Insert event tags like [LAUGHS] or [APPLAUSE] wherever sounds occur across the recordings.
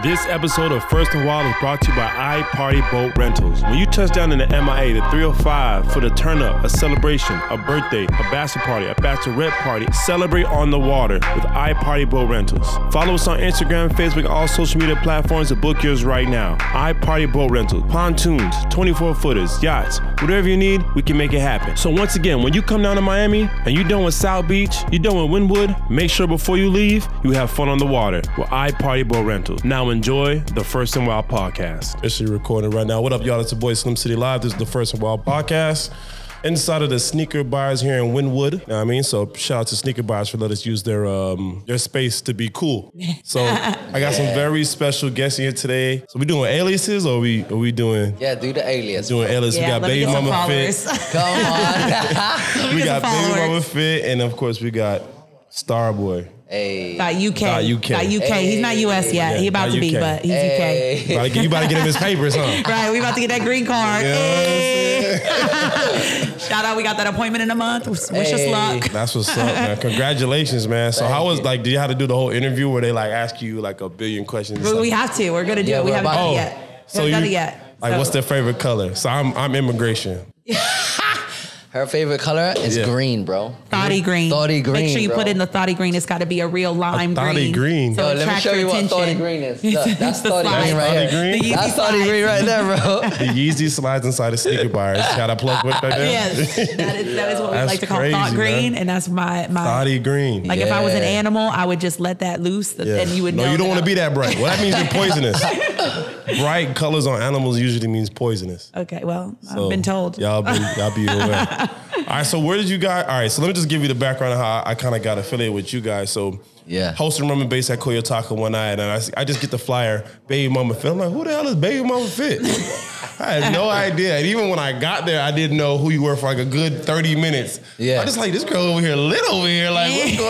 This episode of First and Wild is brought to you by iParty Boat Rentals. When you touch down in the MIA, the 305, for the turn up, a celebration, a birthday, a bachelor party, a bachelorette party, celebrate on the water with iParty Boat Rentals. Follow us on Instagram, Facebook, all social media platforms to book yours right now. iParty Boat Rentals, pontoons, 24 footers, yachts, whatever you need, we can make it happen. So, once again, when you come down to Miami and you're done with South Beach, you're done with Wynwood, make sure before you leave, you have fun on the water with iParty Boat Rentals. Now, enjoy the First and Wild podcast. It's recording right now. What up, y'all? It's your boy Slim City Live. This is the First and Wild podcast. Inside of the sneaker buyers here in Wynwood, you know what I mean, so shout out to sneaker buyers for letting us use their um their space to be [LAUGHS] cool. So I got some very special guests here today. So we doing aliases or we are we doing Yeah, do the alias. doing alias? we got let me baby get some mama fit. followers. [LAUGHS] Come [LAUGHS] on. Let me we got get some Baby followers. Mama Fit, and of course we got Starboy. hey. Got UK. Got UK. He's not US yet. Yeah, he about got to be, UK. but he's Hey. You about to get, you about to get him his papers, huh? [LAUGHS] UK. Right, we about to get that green card. You know what I'm Hey. [LAUGHS] Shout out, we got that appointment in a month. Wish us Hey. luck. That's what's up, man. Congratulations, man. So how was like? Did you have to do the whole interview where they like ask you like a billion questions? and But stuff? we have to. We're gonna do Yeah, it. We we're haven't about- done Oh, it yet. We so haven't done you- it yet. Like, what's So- their favorite color? So I'm I'm immigration. Her favorite color is Yeah. green, bro. Thotty green. Thotty green, Make sure you bro. put in the thotty green. It's got to be a real lime thotty green. green. So Yo, let me attract show your you what attention. thoughty green [LAUGHS] is. Look, that's The thoughty slide. green right That's here. thoughty green? The That's Yeezy thoughty slide. green right there, [LAUGHS] bro. The Yeezy slides inside the sneaker buyers. Got a plug with right there. Yes, [LAUGHS] that is, that is what we That's like to call crazy, thought green, man. and that's my my Body green. Like if I was an Yeah. animal, I would just let that loose, th- and you would no, know. you don't that want to be I- that bright. Well, that means [LAUGHS] you're poisonous. bright colors on animals usually means poisonous. Okay, well, So, I've been told. Y'all be y'all be aware. [LAUGHS] all right, so where did you guys? All right, so let me just give you the background of how I kind of got affiliated with you guys. So Yeah. hosting Roman Base at Koyotaka one night, and I, I just get the flyer, Baby Mama Fit. I'm like, who the hell is Baby Mama Fit? [LAUGHS] I had no idea. And even when I got there, I didn't know who you were for like a good 30 minutes. Yeah. I just like, this girl over here lit over here. Like, what's [LAUGHS] going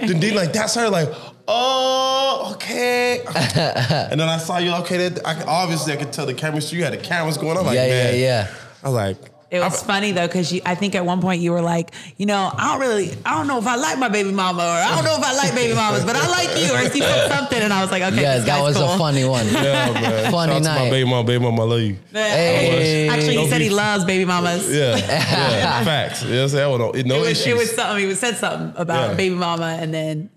on? Then Dean, like, that's her. Like, oh, [LAUGHS] okay. and then I saw you, okay, that, I, obviously I could tell the chemistry. You had the cameras going. I'm like, Yeah, yeah, man. yeah. I was like, It was I'm- funny though, because I think at one point you were like, you know, I don't really, I don't know if I like my baby mama, or I don't know if I like baby mamas, but I like you, or [LAUGHS] she said something, and I was like, okay, Yeah, this that guy's was cool. a funny one. [LAUGHS] Yeah, man. Funny Shout out To my night. baby mama, baby mama, I love you. Yeah. Hey. Actually, he Don't said he be- loves baby mamas. [LAUGHS] Yeah, yeah. facts. You know what I'm saying? I don't- No it, was, issues. it was something. He said something about Yeah. baby mama, and then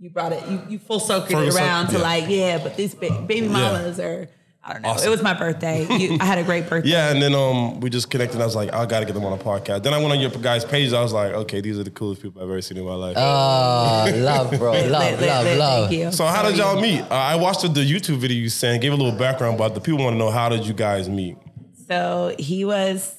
you brought it. You, you full circled Full it circle, around to yeah. like, yeah, but these ba- baby mamas are. I don't know. Awesome. It was my birthday. You, I had a [LAUGHS] great birthday. Yeah, and then um, we just connected. I was like, I gotta get them on a podcast. Then I went on your guys' page. I was like, okay, these are the coolest people I've ever seen in my life. Oh, love, bro. Love, Lit, love, lit, lit. love. Thank you. so how did y'all you- meet? Uh, I watched the, the YouTube video you sent. Gave a little background, but the people want to know how did you guys meet? So he was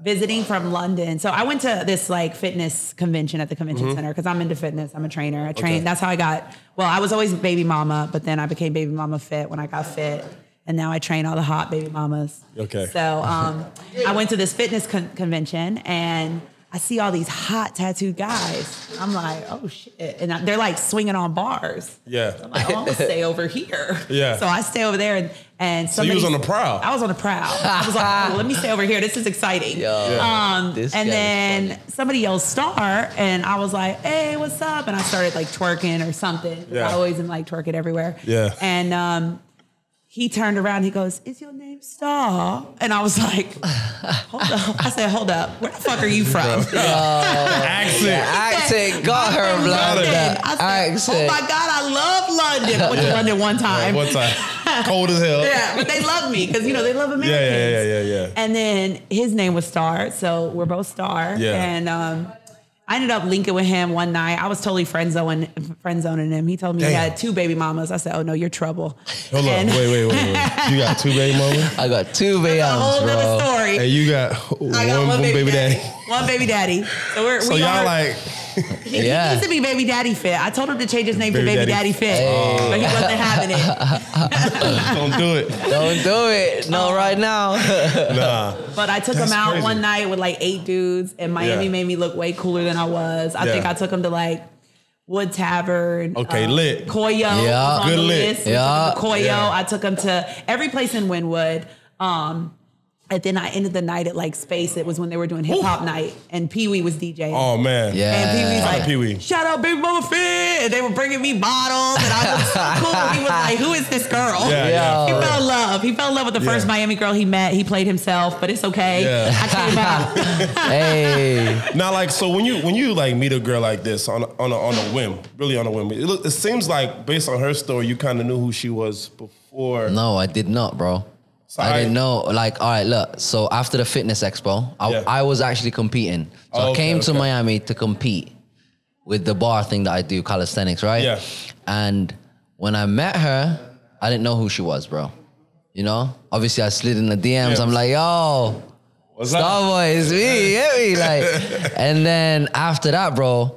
visiting from London. So I went to this like fitness convention at the convention center because I'm into fitness. I'm a trainer. I train. Mm-hmm. Okay. That's how I got. Well, I was always baby mama, but then I became baby mama fit when I got fit, and now I train all the hot baby mamas. Okay. So um, I went to this fitness con- convention and. I see all these hot tattooed guys. I'm like, oh shit. And I- they're like swinging on bars. Yeah, [LAUGHS] I'm like, oh, I'm gonna stay over here. Yeah. So I stay over there, and and you somebody- was on the prowl. I was on the prowl. I was like, oh, let me stay over here. This is exciting. Um, This and guy is then funny. somebody yelled star, and I was like, hey, what's up? And I started like twerking or something. 'cause Yeah. I always am like twerking everywhere. Yeah. And um, he turned around. He goes, "Is your name Star?" And I was like, [LAUGHS] "Hold up!" I said, "Hold up! Where the fuck are you from?" [LAUGHS] accent. Accent got her, London. blah, I blah. said, oh Accent. my God, I love London. I went to London one time. One [LAUGHS] time, cold as hell. Yeah, but they love me because you know they love yeah, Americans. yeah, yeah, yeah. yeah. And then his name was Star, so we're both Star. Yeah. And um, I ended up linking with him one night. I was totally friend zoning friend zoning him. He told me he Damn. had two baby mamas. I said, "Oh no, you're trouble." Hold on, and wait, wait, wait, [LAUGHS] wait. You got two baby mamas, I got two A whole beyonds, nother bro. story. [LAUGHS] and you got one, I got one, baby, daddy. One baby daddy. So we're So we y'all are, [LAUGHS] like, He, he Yeah. used to be Baby Daddy Fit. I told him to change his name Baby to Baby Daddy Oh. Daddy, Fit, but he wasn't having it. don't do it. Don't do it. Oh. No, right [LAUGHS] now. Nah. But I took That's him out crazy. one night with like eight dudes, and Miami Yeah. made me look way cooler than I was. I Yeah. think I took him to like Wood Tavern. Okay, um, lit. Koyo. Yeah. was on Good the lit. list. We Yeah. took him to Koyo. Yeah. I took him to every place in Wynwood. Um, And then I ended the night at like Space. It was when they were doing hip hop night, and Pee Wee was DJing. Oh man. Yeah. And Pee Wee's Shout out like, Pee Wee. shout out Big Mama Fit. And they were bringing me bottles, and I was so cool. He was like, who is this girl? Yeah. yeah, Yo. He for fell real. in love. He fell in love with the Uh, Yeah. first Miami girl he met. He played himself, but it's okay. Yeah. I [LAUGHS] came out. hey. Now, like, so when you when you like meet a girl like this on a, on a, on a whim, really on a whim, it, look, it seems like based on her story, you kind of knew who she was before. No, I did not, bro. So I, I- didn't know. Like, all right, look. So after the fitness expo, I, Yeah. I was actually competing. Oh, So I okay, came to okay. Miami to compete with the bar thing that I do, calisthenics, right? Yeah. And when I met her, I didn't know who she was, bro. You know, obviously I slid in the DMs. Yeah. I'm like, yo, What's up? Starboy, it's me, you get [LAUGHS] me, like. And then after that, bro,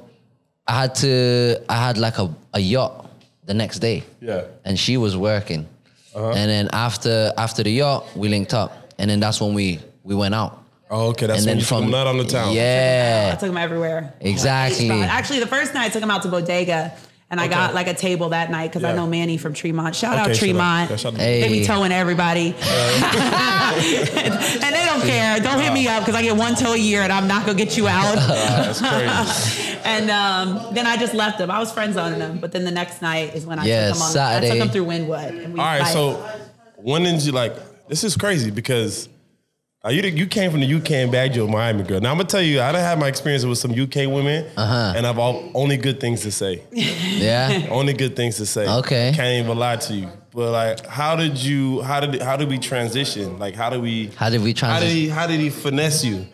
I had to, I had like a, a yacht the next day Yeah. and she was working. Uh-huh. And then after after the yacht, we linked up, and then that's when we we went out. Oh, okay. That's and when then you from nut on the town. I Yeah, took him everywhere. exactly. Spot. Actually, the first night I took him out to Bodega, and I Okay. got like a table that night because Yeah. I know Manny from Tremont. Shout Okay, out so that- Tremont. that- shout out- Hey. They be [LAUGHS] towing everybody, and they don't care. Don't hit me up because I get one tow a year, and I'm not gonna get [LAUGHS] you out. That's crazy. and um, then I just left him. I was friend zoning him, but then the next night is when I Yeah, took him on. I Saturday. took him through Wynwood. And we All right, like- so when did you like? This is crazy because uh, you you came from the UK and bagged you a Miami girl. Now I'm gonna tell you, I done had my experience with some UK women, and I've all, only good things to say. yeah. only good things to say. Okay. can't even lie to you. But like, how did you? How did how did we transition? Like, how did we? How did we How did transition? he? How did he finesse you?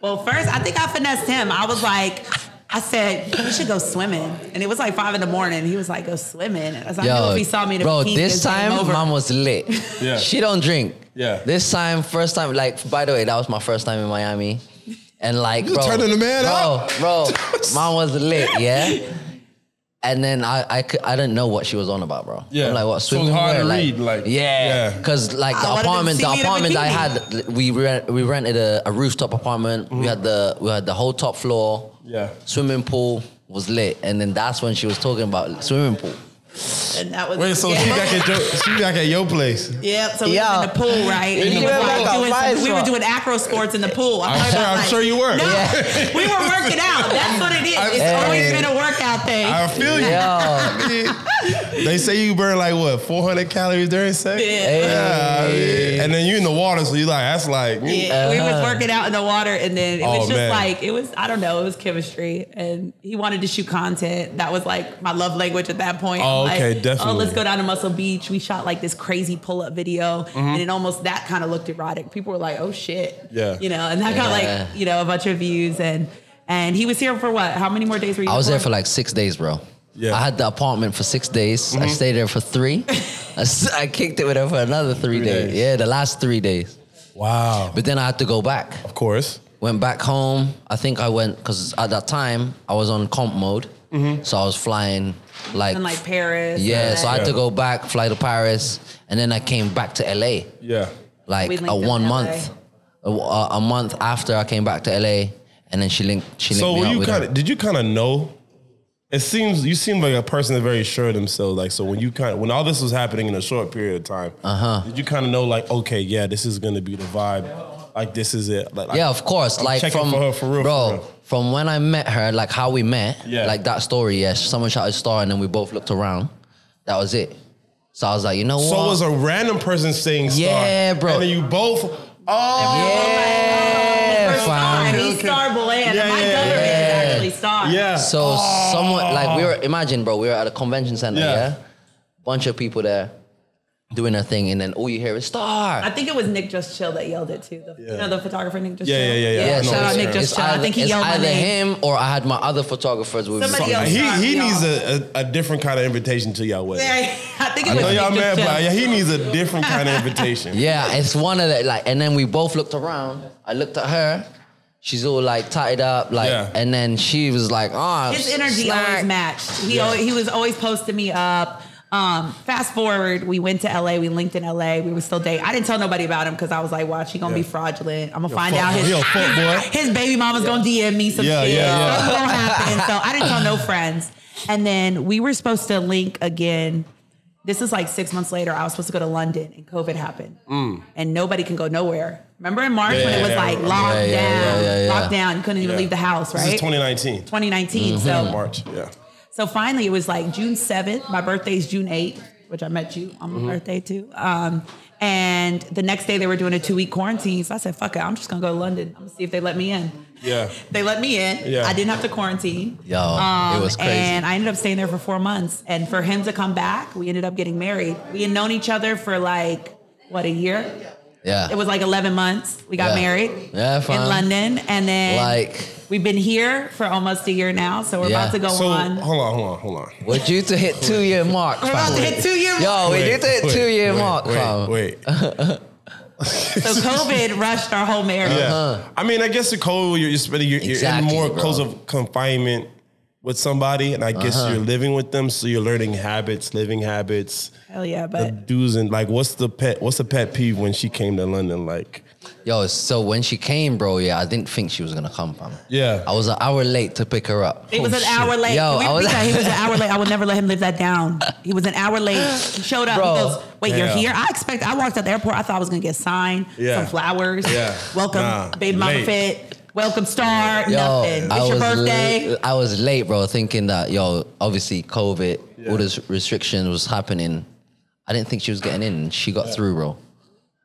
Well, first, I think I finessed him. I was like, I said, we should go swimming. And it was like five in the morning. He was like, go swimming. And I was like, I know if he saw me in a bro, bikini, this it's game time over. mom was lit. [LAUGHS] Yeah. She don't drink. Yeah. This time, first time, like, by the way, that was my first time in Miami. And like, bro, turning the man bro, up. [LAUGHS] bro, mom was lit, yeah? And then I, I, cou- I didn't know what she was on about, bro. Yeah. I'm like, what, So it's swimming hard wear? to like, read, like, yeah. yeah. Because, like, I the would've been apartment, the seeing me in a apartment I bikini. had, we, rent, we rented a, a rooftop apartment. We had the we had the whole top floor. Mm-hmm. Yeah. Swimming pool was lit. And then that's when she was talking about swimming pool. And that was Wait, so yeah. she back at your, she back at your place? Yep, so we Yeah. were in the pool, right? And You he was went like back doing outside, some, we were so- doing acro sports in the pool. [LAUGHS] I'm [LAUGHS] talking sure- about, I'm sure you were. No, Yeah. we were working out. That's what it is. I'm It's sorry. always been a workout thing. I feel you. [LAUGHS] Yo. they say you burn like what 400 calories during sex. Yeah. Yeah, I mean, and then you in the water, so you like that's like Yeah, we was working out in the water, and then it Oh, was just man. like it was. I don't know. It was chemistry, and he wanted to shoot content. That was like my love language at that point. Oh, Like, okay, Oh, definitely. let's go down to Muscle Beach. We shot like this crazy pull up video, and it almost that kind of looked erotic. People were like, "Oh shit," Yeah. you know, and that got Yeah. like you know a bunch of views, and and he was here for what? How many more days were you? I was here there for like six days, bro. Yeah. I had the apartment for six days. Mm-hmm. I stayed there for [LAUGHS] three. I, s- I kicked it with her for another three, Three days. days. Yeah, the last three days. wow. But then I had to go back. Of course. Went back home. I think I went because at that time I was on comp mode, so I was flying like, in Mm-hmm. like Paris. and yeah. So I had Yeah. to go back, fly to Paris, and then I came back to LA Yeah. like We a linked up one in month, a, a a month after I came back to LA, and then she linked. She linked So me were up you with her. kind of did you kind of know? It seems you seem like a person that's very sure of themselves. Like so, when you kind of when all this was happening in a short period of time, uh-huh. did you kind of know like okay, yeah, this is gonna be the vibe, like this is it. Like, Yeah, of course. I'm like checking from for her for real, bro. for real. From when I met her, like how we met, Yeah. like that story. Yes, someone shouted star, and then we both looked around. That was it. So I was like, you know So what? it was a random person saying star. Yeah, bro. And then you both. Oh. yeah, First time, fam. he's Star Boy, and Yeah, my yeah, government yeah. is actually Star. Yeah. So someone like we were. Imagine, bro, we were at a convention center. Ah. Yeah. Yeah. bunch of people there doing their thing, and then all you hear is I star. think it was Nick Just Chill that yelled it too. The, Yeah. You know, the photographer Nick Just Yeah, Chill. yeah, yeah, yeah. I know shout it's out Nick her. Just it's Chill. I either, think he it's yelled my either name. him or I had my other photographers with Somebody me. else. He Sorry, he y'all. needs a, a, a different kind of invitation to y'all wedding. Yeah, [LAUGHS] I think it I was know Nick y'all Just mad, Chill. but yeah, he needs a different kind of invitation. Yeah, it's one of the like, and then we both looked around. I looked at her. She's all like tied up, like, Yeah. and then she was like, "Ah, His energy snack." always matched. He Yeah. always, he was always posting me up. Um, fast forward, we went to LA. We linked in LA. We were still dating. I didn't tell nobody about him because I was like, "Watch, he gonna Yeah. be fraudulent. I'm gonna Yo, find fuck out boy. his Yo, [LAUGHS] fuck boy. his baby mama's gonna DM me some Yeah, shit. yeah, yeah. [LAUGHS] Something's gonna happen." So I didn't tell no friends. And then we were supposed to link again This is like six months later. I was supposed to go to London, and COVID happened, and nobody can go nowhere. Remember in March when Mm. Yeah, it was yeah, like yeah. locked Yeah, yeah, down, yeah, yeah, yeah. locked down. You couldn't even Yeah. leave the house, This right? is Mm-hmm. 2019, 2019. So March. Yeah. so finally, it was like June 7th. My birthday's June 8th, which I met you on my Mm-hmm. birthday too. Um, and the next day, they were doing a two week quarantine. So I said, fuck it, I'm just going to go to London. I'm going to see if they let me in. Yeah. They let me in. Yeah. I didn't have to quarantine. Um, Yo, it was crazy. And I ended up staying there for four months. And for him to come back, we ended up getting married. We had known each other for like, what, a year? yeah. It was like 11 months. We got Yeah. married Yeah, in fine. London. And then Like- we've been here for almost a year now. So we're Yeah. about to go So on. hold on, hold on, hold on. We're due to hit two year mark. We're about to fam. hit two year Yo, we Wait, did hit wait, two year wait, mark, Wait, fam. wait. So [LAUGHS] COVID rushed our whole marriage. Yeah. I mean, I guess the cold, you're, you're spending, you're, Exactly, you're in more bro. close of confinement with somebody, and I guess you're living with them, so you're learning habits, living habits, Hell yeah, the but do's and like, what's the pet, what's the pet peeve when she came to London? Like, Yo, so when she came, bro, yeah, I didn't think she was gonna come, fam. Yeah. I was an hour late to pick her up. it was an hour late. Yo, we I was- repeat that? he was an hour late. I would never let him live that down. He was an hour late. He showed up. Bro. He goes, "Wait, you're Yeah. here?" I expect. I walked out the airport. I thought I was gonna get signed, Yeah. some flowers, Yeah. welcome, Nah, baby mama late. fit, welcome star, nothing. It's I your was birthday. la- I was late, bro, thinking that yo, obviously COVID, all this restriction was happening. I didn't think she was getting in. She got through, bro.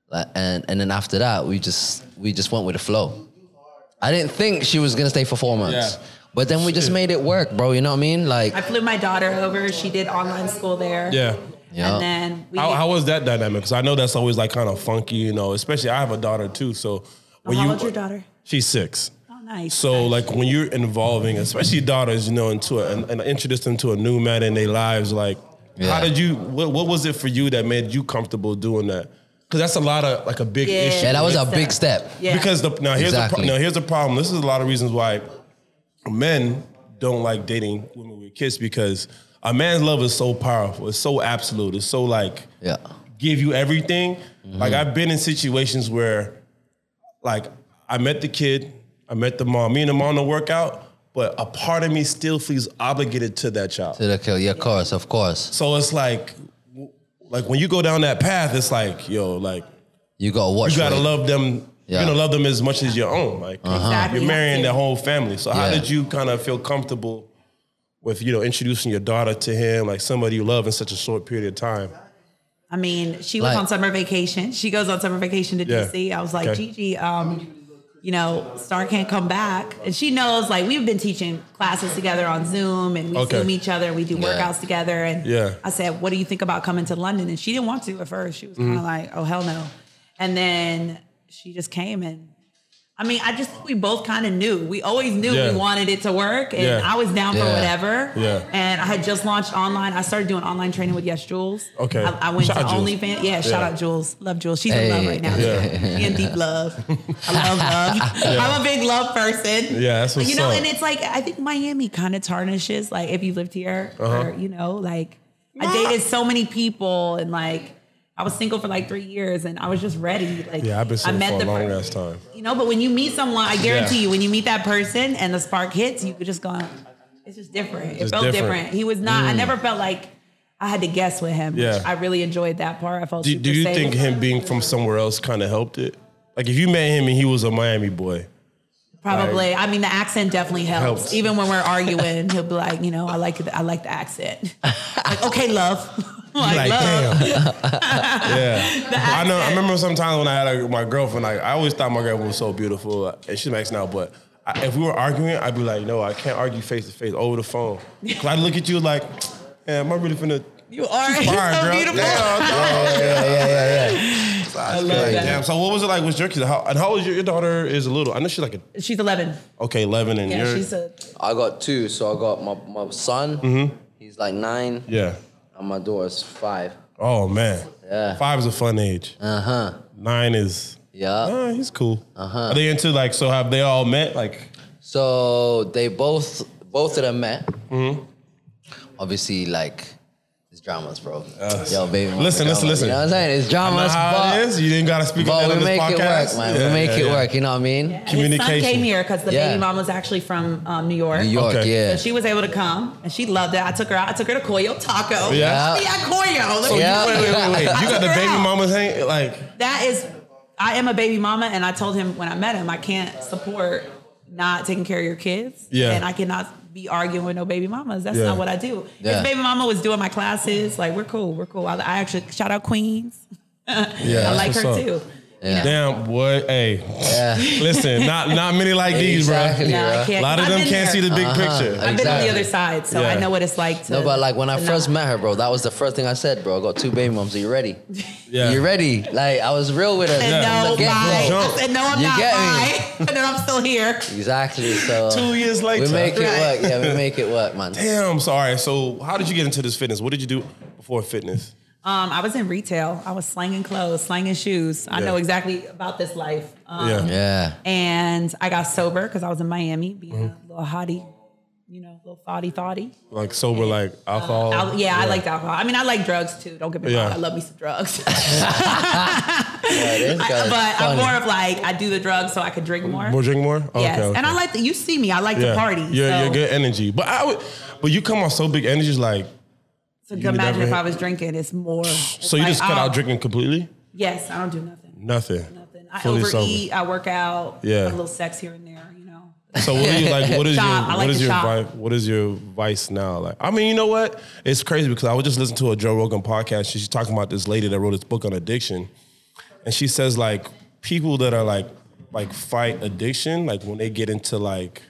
Like, and and then after that, we just we just went with the flow. I didn't think she was gonna stay for four months, Yeah. but then we just made it work, bro. You know what I mean? Like, I flew my daughter over. She did online school there. yeah. Yeah. And then we. How, how was that dynamic? Because I know that's always like kind of funky, you know, especially I have a daughter too. So when how you, old's your daughter? she's six. Oh, nice. So like when you're involving, especially daughters, you know, into a, and, and introduced them to a new man in their lives, like how Yeah. did you? What, what was it for you that made you comfortable doing that? Because that's a lot of like a big issue. Yeah, that was a Big big step. step. Yeah. Because the, now here's the Exactly. pro- now here's the problem. This is a lot of reasons why men don't like dating women with kids because a man's love is so powerful. It's so absolute. It's so like yeah. give you everything. Mm-hmm. Like I've been in situations where, like I met the kid, I met the mom. Me and the mom don't work out, but a part of me still feels obligated to that child. To the kill, yeah, of course, of course. So it's like, w- like when you go down that path, it's like, yo, like You gotta watch. you gotta what- love them. Yeah. Uh-huh. You're gonna love them as much as your own. Like Exactly. you're marrying Yeah. the whole family. So how Yeah. did you kind of feel comfortable with you know introducing your daughter to him, like somebody you love in such a short period of time? I mean, she was Like- on summer vacation. She goes on summer vacation to Yeah. DC. I was like, Okay. Gigi, um, you know, Star can't come back. And she knows, like, we've been teaching classes together on Zoom and we Okay. Zoom each other and we do Yeah. workouts together. And Yeah. I said, What do you think about coming to London? And she didn't want to at first. She was Mm-hmm. kind of like, Oh, hell no. And then she just came and I mean, I just think we both kind of knew. We always knew Yeah. we wanted it to work, and Yeah. I was down for Yeah. whatever. Yeah. And I had just launched online. I started doing online training with Yes Jules. Okay. I, I went Shout to out Jules. OnlyFans. Yeah, shout Yeah. out Jules. Love Jules. She's in love Hey. right now. Yeah. She in deep love. I love [LAUGHS] love. I'm a big love person. Yeah, that's what's You know, up. and it's like I think Miami kind of tarnishes like if you lived here, Uh-huh. or you know, like I dated so many people and like. I was single for like three years, and I was just ready. Like, Yeah, I've been I single met for a the long per- ass time. you know, but when you meet someone, I guarantee Yeah. you, when you meet that person and the spark hits, you could just go, it's just different. It Just different. felt Mm. different. He was not, I never felt like I had to guess with him. which Yeah. I really enjoyed that part. I felt Do, super do you safe. think him being from somewhere else kind of helped it? Like if you met him and he was a Miami boy, Probably. I mean, the accent definitely helps. Helps. Even when we're arguing, he'll be like, you know, I like the, I like the accent. like, okay, love. [LAUGHS] like, like, love. [LAUGHS] damn, yeah. I know. I remember sometimes when I had like, my girlfriend, like I always thought my girlfriend was so beautiful, and she's nice now. But I, if we were arguing, I'd be like, no, I can't argue face to face over the [LAUGHS] phone. Cause I look at you like, yeah, am I really finna? You are All right, [LAUGHS] so girl. beautiful. Yeah, oh, yeah, yeah, [LAUGHS] yeah, yeah. I love that. Damn. So what was it like with your kids? How, and how old is your, your daughter? Is a little. I know she's like a, She's 11. okay, eleven, and Yeah, you're she's a, I got two, so I got my my son. Mm-hmm. He's like nine, yeah. and my daughter's five. Oh man. Yeah. Five is a fun age. Uh huh. Nine is Yeah. uh, he's cool. Uh-huh. Are they into like so have they all met? Like Mm-hmm. So they both both of them met. Obviously, like It's dramas, bro. Yo, baby. mama Listen, listen, drama. listen. You know what I'm saying? I It's know dramas, how but, it is. You didn't gotta speak about but that on we this make it podcast. work, man. Yeah, we make yeah, it yeah. work. You know what I mean? His son Communication. came here because the Yeah. baby mom was actually from um, New York. New York, Okay. yeah. So she was able to come, and she loved it. I took her out. I took her to Coyo Taco. Yeah. She at Coyo. Let So me you- tell Wait, wait, wait, wait. You got the Girl. baby mama's hang like that is I am a baby mama and I told him when I met him I can't support not taking care of your kids. Yeah. And I cannot be arguing with no baby mamas. That's Yeah. not what I do. Yeah. His baby mama was doing my classes. Like we're cool, we're cool. I, I actually shout out Queens. yeah. I like that's her what's up. too. Yeah. Damn, boy, hey. Listen, not not many like these, bro. Exactly, Uh-huh. Yeah, I bro. A can't- lot of I've them been can't there. see the big picture. I've been on the Exactly. other side, so Yeah. I know what it's like to No, but like when I to first not- met her, bro, that was the first thing I said, bro. I got two baby moms. Are you ready? Yeah. You ready? Like I was real with her. I said, Yeah. no, From the get-go. bye. bro. I said, no, I'm You not get me? bye. [LAUGHS] and then I'm still here. Exactly. So Two years we later. make it work. Right. Yeah, we make it work, man. Damn, sorry. So how did you get into this fitness? What did you do before fitness? Um, I was in retail. I was slanging clothes, slanging shoes. I Yeah. know exactly about this life. Um, yeah. Yeah. And I got sober because I was in Miami being Mm-hmm. a little hottie, you know, little thoughty thoughty. Like sober, like alcohol. I- yeah, I liked alcohol. I mean, I like drugs too. Don't get me wrong. Oh, Yeah. I love me some drugs. Yeah, this [LAUGHS] but guy's I'm funny. more of like, I do the drugs so I could drink more. More drink more? Oh, Okay, yes. okay. And I like that. You see me. I like yeah. to party. You're, so, you're good energy. But I would but you come on so big energy, it's like So You imagine never- if I was drinking, it's more. it's so you like, just cut oh, out drinking completely? Yes, I don't do nothing. Nothing. Nothing. I Fully sober. overeat. I work out. Yeah. A little sex here and there, you [LAUGHS] know. So what are you like? [LAUGHS] What is Shop. your I like what is to your shop. vi- what is your vice now? Like, I mean, you know what? It's crazy because I was just listening to a Joe Rogan podcast. She- She's talking about this lady that wrote this book on addiction, and she says like people that are like like fight addiction, like when they get into like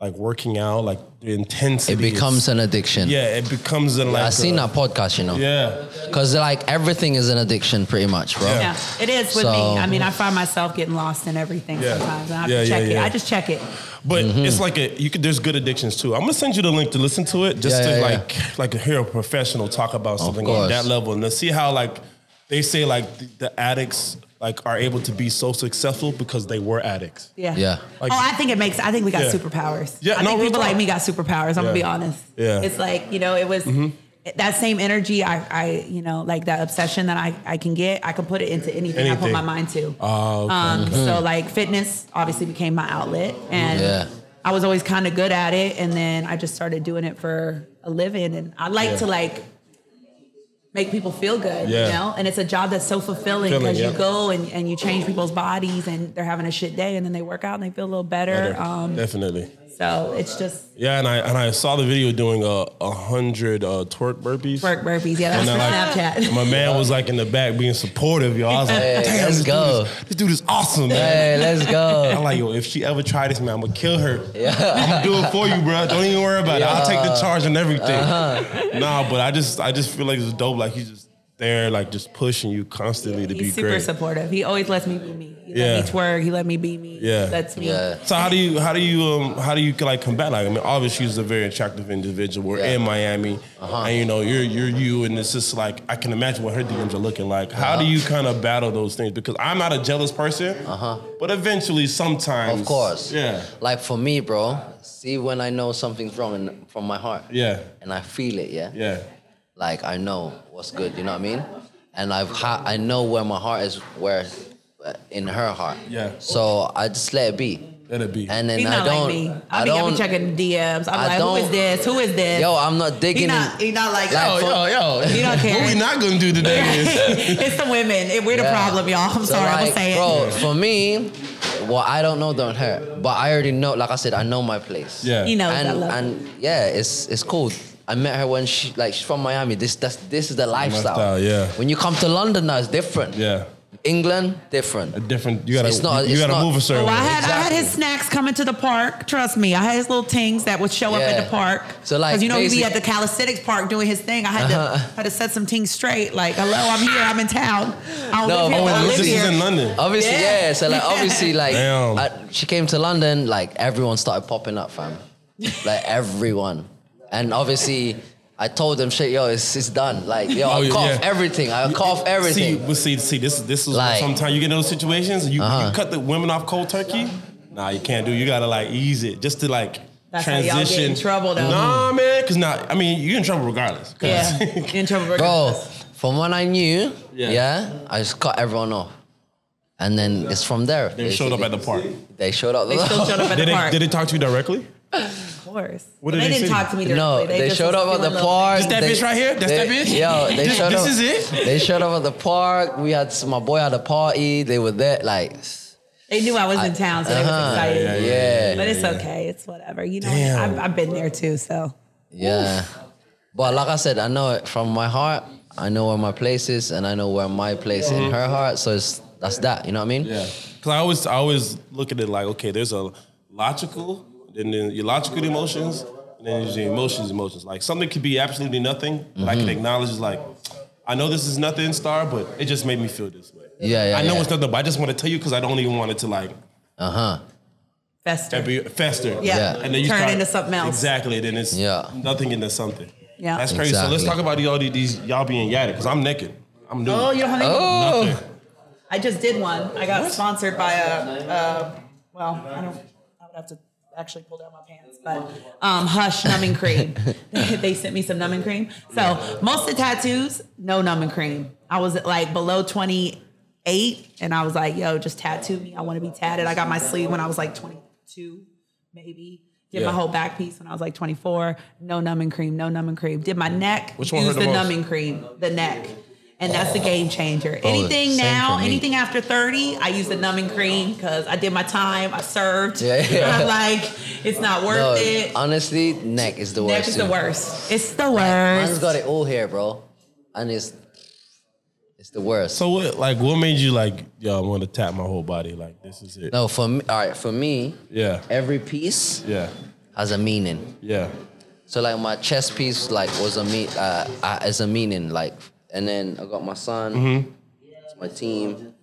like working out, like the It intensity is- becomes an addiction. yeah, it becomes an like I seen a- that podcast, you know. yeah Cause like everything is an addiction, pretty much, bro. Yeah, it is with So- me. I mean, I find myself getting lost in everything Yeah. sometimes. And I have Yeah, to yeah, check yeah. it. I just check it. But Mm-hmm. it's like a you could. There's good addictions too. I'm gonna send you the link to listen to it, just Yeah, to yeah, yeah. like like hear a professional talk about something on course. that level, and to see how like they say like the, the addicts like are able to be so successful because they were addicts. Yeah. Yeah. Like- oh, I think it makes. I think we got Yeah. superpowers. Yeah, I no, think real people talk. like me got superpowers. I'm Yeah. gonna be honest. Yeah. Mm-hmm. It's like you know, it was that same energy. I, I, you know, like that obsession that I, I can get. I can put it into anything, I Anything. put my mind to. Oh, okay. Um, Mm-hmm. So like fitness obviously became my outlet, and Yeah. I was always kind of good at it. And then I just started doing it for a living, and I like Yeah. to like make people feel good, Yeah. you know. And it's a job that's so fulfilling Fulfilling, because yeah. you go and, and you change people's bodies, and they're having a shit day, and then they work out and they feel a little better. Um, Definitely. so it's just Yeah, and I and I saw the video doing a a hundred uh, twerk burpees. work burpees. Yeah, And that's I from like- Snapchat. My man was like in the back being supportive, y'all. I was like, Hey, damn, let's this dude go. is- this dude is awesome, man. Hey, let's go. I'm like, yo, if she ever try this, man, I'm gonna kill [LAUGHS] her. I'm gonna do it for you, bro. Don't even worry about it. I'll take the charge and everything. Uh-huh. Nah, but I just, I just feel like it's dope. Like he's just there, like just pushing you constantly to be He's super great. supportive. He always lets me be me. He Yeah. let me twerk. He let me be me. Yeah. He lets me. Yeah. so how do you, how do you, um, how do you like combat? Like, I mean, obviously she's a very attractive individual. We're Yeah. Uh-huh. in Miami, and you know, you're, you're you, and it's just like I can imagine what her DMs are looking like. How Uh-huh. do you kind of battle those things? Because I'm not a jealous person, uh-huh. but eventually, sometimes, Of course. yeah, Like for me, bro, see when I know something's wrong and from my heart. yeah, And I feel it, yeah? yeah. Like I know what's good, you know what I mean? And I've ha- I know where my heart is where uh, in her heart. Yeah. So I just let it be. Let it be. And then He's I not don't like me. I, I be, I don't be checking the DMs. I'm I like, who don't- is this? Who is this? Yo, I'm not digging he in- not, he not like, Like, oh, for- yo, You don't care. What [LAUGHS] we not gonna do [LAUGHS] today is it's the women. It, we're the Yeah. problem, y'all. I'm So, sorry. I'm like, gonna say Bro, for me, what I don't know don't hurt. But I already know, like I said, I know my place. Yeah. it. You know, I and love it. and yeah, it's it's cool. I met her when she like she's from Miami. This that's this is the lifestyle. Lifestyle, yeah. When you come to London now, it's different. yeah, England, different. a different. You gotta, It's not- you it's gotta not- move a certain Well, I way. had I had Oh, Exactly. his snacks coming to the park. Trust me, I had his little things that would show up Yeah. at the park. So, like, 'Cause you know, he'd be basic- Uh-huh. at the calisthenics park doing his thing. I had to had to set some things straight. Like, hello, I'm here. I'm in town. I don't No, live here, oh, but I this live this here. is in London. Obviously, yeah. Yeah. So like, obviously, [LAUGHS] like, Damn. I, she came to London. Like everyone started popping up, fam. [LAUGHS] Like everyone, and obviously, I told them, shit, yo, it's it's done. Like, yo, Oh, I yeah, cough yeah. everything. I cough See, everything. but see, see, this is this is Like- Uh-huh. sometimes you get in those situations. You, you cut the women off cold turkey. Nah, you can't do. You gotta like ease it just to like That's how y'all get in transition. trouble, though. Nah, man, because not. I mean, you're in trouble regardless. 'cause- [LAUGHS] Yeah, you're [LAUGHS] in trouble. Bro, [LAUGHS] from when I knew, Yeah. yeah. I just cut everyone off. And then it's from there. they showed up at the park. They showed up. They still [LAUGHS] showed up at Did the they, park. did they talk to you directly? of course. What But did they they didn't say? talk to me no, directly. they, just showed was up at doing the little park. Just that They- bitch right here? That's that they- bitch? Yo, they This- showed this up. is it? They showed up at the park. We had my boy had a party. They were there, like They knew I was in town, so they Uh-huh. was excited. yeah, yeah, But it's okay. It's whatever. You know, Damn. I've, I've been there too. So yeah. But like I said, I know it from my heart. I know where my place is, and I know where my place in her heart. So it's that's that. You know what I mean? Mm-hmm. Yeah. Cause I always I always look at it like, okay, there's a logical, and then your logical emotions, and then there's your emotions, emotions. Like something could be absolutely nothing, but I Mm-hmm. can acknowledge it's like, I know this is nothing, Star, but it just made me feel this way. Yeah, yeah, I know yeah. it's nothing, but I just want to tell you because I don't even want it to like Uh huh. fester. be fester. yeah. Yeah. And then you turn start- into something else. Exactly. Then it's Yeah. nothing into something. Yeah. That's crazy. So let's Exactly. talk about y'all these y'all being yatted because I'm naked. I'm new. Oh, you don't have any. Oh, I just did one. I got sponsored by a, a well, I don't. I would have to actually pull down my pants, but um, Hush numbing cream. [LAUGHS] they sent me some numbing cream. So most of the tattoos, no numbing cream. I was at like below twenty eight, and I was like, "Yo, just tattoo me. I want to be tatted." I got my sleeve when I was like twenty two, maybe. Did Yeah. my whole back piece when I was like 24. No numbing cream, no numbing cream. Did my neck. Which one Use hurt the most? numbing cream, the neck. And that's the game changer. Anything same now, for me. anything after 30, I use the numbing cream because I did my time, I served. Yeah, yeah. I'm like, it's not worth no, it. honestly, neck is the worst. Neck is the too. worst. It's the Man's worst. got it all here, bro, and it's it's the worst. So what? Like, what made you like, yo, I want to tap my whole body? Like, this is it. no, for me, all right, for me, Yeah. every piece Yeah. has a meaning. Yeah. So like my chest piece, like was a me, uh, uh, as a meaning, like, and then I got my son, it's my team.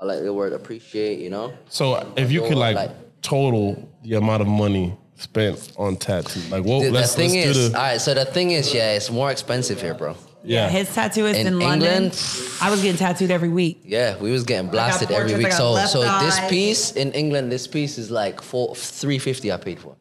I like the word appreciate, you know. So if you could like total the amount of money spent on tattoo, like, what? The, the let's, thing let's is, do the. all right. So the thing is, yeah, it's more expensive here, bro. yeah. His tattoo is In in, London. England? I was getting tattooed every week. Yeah, we was getting blasted every portraits, I week. got So left so this eye. piece in England, this piece is like four three fifty. I paid for.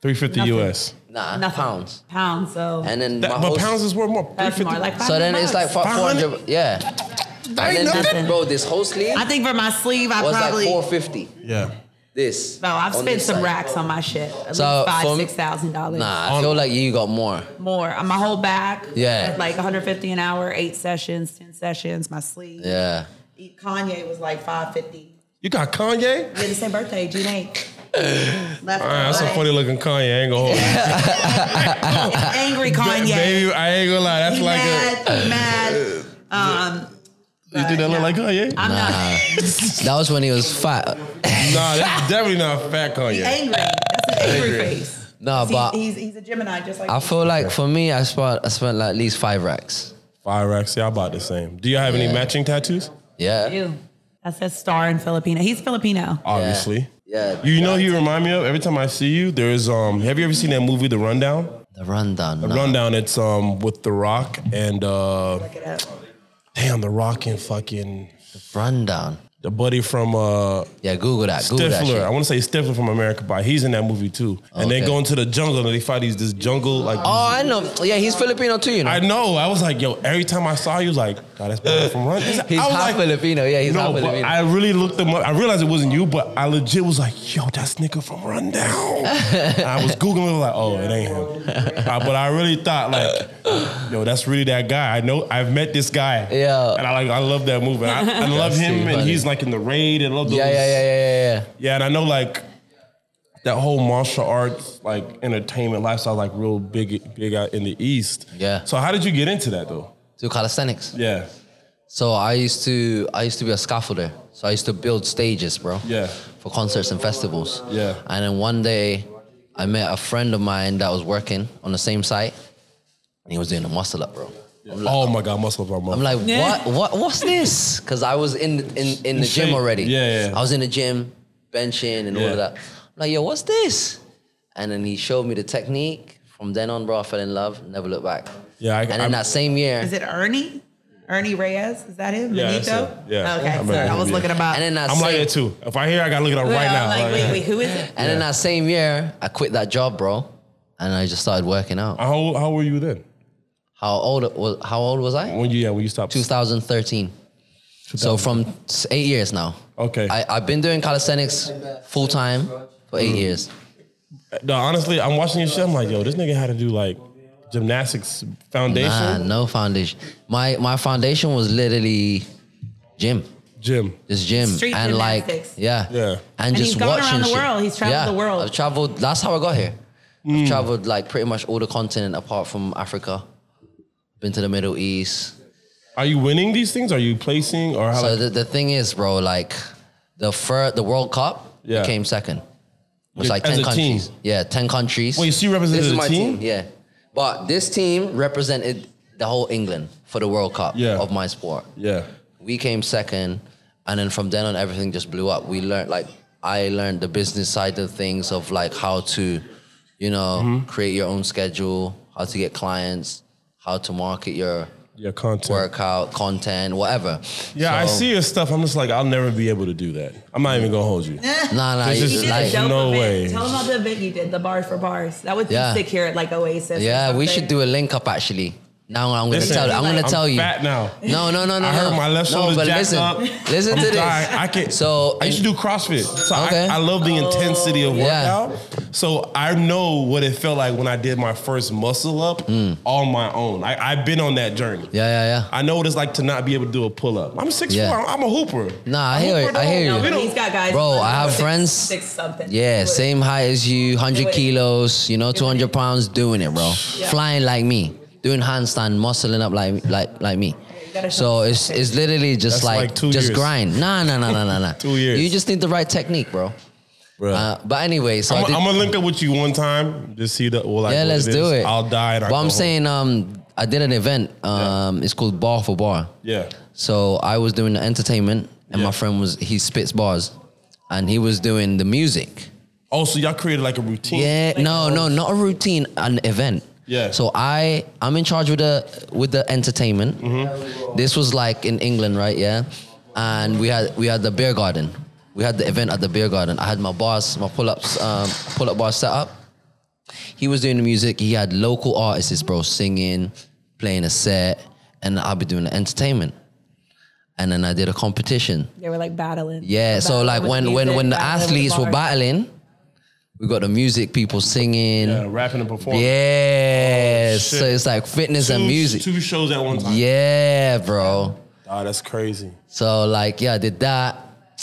Three fifty US. Nah, Nothing. pounds. Pounds, so And then That, my but whole- pounds is worth more. Three that's fifty. more like So then it's like four 500? hundred. Yeah. That ain't And then, nothing. nothing. bro, this whole sleeve I think for my sleeve, I was probably. like four fifty. Yeah. This. no, I've on spent this some side. racks on my shit. At So least five, for me- six thousand dollars. Nah, I feel like you got more. more on my whole back. Yeah. Like 150 an hour, eight sessions, 10 sessions, my sleeve. Yeah. Kanye was like 550. You got Kanye? We had the same birthday, June 8th. Left All right, that's a funny looking Kanye. I ain't gonna hold you. angry Kanye. Baby, I ain't gonna lie. That's He like a. mad, he [LAUGHS] mad. Um, You think that look no. like oh, Kanye? I'm [LAUGHS] not That was when he was Nah, fat. that's definitely not fat Kanye. angry. That's an angry, face. No, He's- but he's, he's a Gemini, just like I feel like for me, I spent I spent like at least five racks. Five racks. Y'all about the same. Do y'all have any Yeah. matching tattoos? Yeah. you. That says star in Filipino. He's Filipino. Obviously. Yeah. You know who you remind me of? Every time I see you, there's um have you ever seen that movie The Rundown? The rundown. The no. Rundown, it's um with The Rock and uh Look it up. damn the Rock and fucking Rundown. the buddy from uh Yeah. Google that. Google that Stifler. I shit. wanna say Stifler from America, but he's in that movie too. And they Okay. go into the jungle and they fight these this jungle like Oh, I know. Yeah, he's Filipino too. You know. I know. I was like, yo, every time I saw you, like, God, that's probably from Run. He's He's half Filipino. Yeah, he's no, half but Filipino. I really looked him up. I realized it wasn't you, but I legit was like, yo, that's nigga from [LAUGHS] Rundown. And I was Googling, I was like, oh, it ain't him. Uh, but I really thought, like, yo, that's really that guy. I know, I've met this guy. Yeah. And I like, I love that movie. And [LAUGHS] I, I love him, too and funny. he's like in the raid. And I love those. yeah, yeah, yeah, yeah, [LAUGHS] yeah, yeah. Yeah, and I know, like, that whole martial arts, like, entertainment lifestyle, like, real big, big out in the East. Yeah. So, how did you get into that, though? Do calisthenics. Yeah. So I used to I used to be a scaffolder. So I used to build stages, bro. Yeah. For concerts and festivals. Yeah. And then one day I met a friend of mine that was working on the same site and he was doing a muscle up, bro. oh my God, muscle up my I'm mouth. like, Yeah. what what what's this? Cause I was in in, in the shape. gym already. Yeah, yeah. I was in the gym, benching and all Yeah. of that. I'm like, yo, what's this? And then he showed me the technique. From then on, bro, I fell in love, never looked back. Yeah, I- and then I'm- that same year, Is it Ernie? Ernie Reyes, is that him? Yeah, Benito? that's him. Yeah. Okay, I remember sorry. I him, was yeah. looking about. And then uh, that I'm like same- that too. If I hear, I gotta look it up Yeah, right now. I'm like, Like, wait, wait, who is it? And then that same year, I quit that job, bro, and I just started working out. How how were you then? How old was How old was I? When you yeah when you stopped? 2013. So from s- eight years now. Okay. I, I've been doing calisthenics full time for Mm. eight years. No, honestly, I'm watching your shit. I'm like, yo, this nigga had to do like gymnastics foundation Nah, no foundation. My my foundation was literally gym. gym. Just gym Street and like gymnastics. yeah, Yeah. and, And just he's gone watching around the shit. world. He's traveled Yeah, the world. I've traveled. That's how I got here. Hmm. I've traveled like pretty much all the continent apart from Africa. Been to the Middle East. Are you winning these things? Are you placing or how? So like, the, the thing is, bro, like the fir- the World Cup Yeah. came second. It was Yeah, like as ten a team. countries. Yeah, ten countries. Wait, so you represented this is the my team? Yeah, but this team represented the whole England for the World Cup Yeah. of my sport. yeah, We came second, and then from then on, everything just blew up. We learned like I learned the business side of things of like how to, you know, Mm-hmm. create your own schedule, how to get clients, how to market your yeah, content. workout content, whatever. Yeah, I So- see your stuff. I'm just like, I'll never be able to do that. I'm not even gonna hold you. [LAUGHS] Nah, nah, This you- is- He did like- a dope no event. way. Tell him about the event you did, the bars for bars. That would be Yeah. sick here at like Oasis. Yeah, we should do a link up actually. Now I'm gonna Listen, tell. I'm gonna I'm tell you. Fat now. No, no, no, no. I heard no. my left No, shoulder's but jacked listen, up. Listen I'm to this. dying. I can So I used to do CrossFit. So Okay. I, I love the intensity of Yeah. workout. So I know what it felt like when I did my first muscle up on my own. I, I've been on that journey. Mm. Yeah, yeah, yeah. I know what it's like to not be able to do a pull up. I'm six Yeah. four. I'm a hooper. Nah, I hear it. I No, hear we you. don't- He's got guys. Bro, who are I have six- friends- Six something. Yeah, Who are- same height as you, 100 Do it. kilos, you know, 200 pounds, doing it, bro. Yeah. Flying like me, doing handstand, muscling up like like like me. gotta So show- it's it's literally just That's like, like two just years. grind. Nah, nah, nah, nah, nah, nah. [LAUGHS] Two years. You just need the right technique, bro. Uh, but anyway, so I I'm, did- I'm gonna link up with you one time. Just see the well, like, yeah, what let's it do is. it. I'll die. And I'll But go I'm home. saying, um, I did an event. Um, it's called Bar for Bar. yeah, So I was doing the entertainment, and Yeah. my friend was he spits bars, and he was doing the music. Oh, so y'all created like a routine. Yeah, no, no, not a routine, an event. Yeah. So I I'm in charge with the with the entertainment. Mm-hmm. This was like in England, right? Yeah, and we had we had the beer garden. We had the event at the beer garden. I had my bars, my pull ups, um, pull up bars set up. He was doing the music. He had local artists, bro, singing, playing a set, and I'll be doing the entertainment. And then I did a competition. They were like battling. Yeah, so Battling like with when when music, when the battling with athletes were bars. battling, we got the music people singing. Yeah, rapping and performing. Yeah, Oh, shit. so it's like fitness two, and music. Two shows at one time. Yeah, bro. Oh, that's crazy. So like yeah, I did that,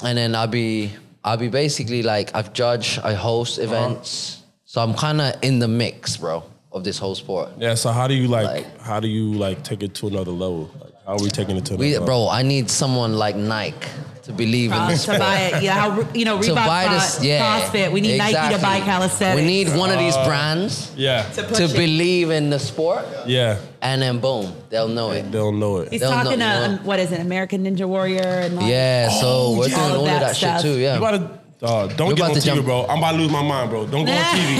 and then I'll be I'll be basically like I've judged, I host Uh-huh. events, so I'm kind of in the mix, bro, of this whole sport. Yeah. So how do you like? Like- how do you like take it to another level? Like, how are we taking it to another We, level? bro, I need someone like Nike to believe in Props this to sport. buy it. Yeah, how, you know, Reebok To buy bought this, yeah, CrossFit. We need Nike to buy exactly. calisthenics. We need one of these Uh-huh. brands Yeah. to, push to it. believe in the sport, yeah. and then boom, they'll know it. They'll know it. He's They'll talking to know, you know. um, what is it, American Ninja Warrior and like, Yeah, so we're Oh, yeah. doing all of that, shit stuff. too. [LAUGHS] Yeah, You gotta. Uh, don't We're get about on to TV, jump- bro. I'm about to lose my mind, bro. Don't go on [LAUGHS] TV.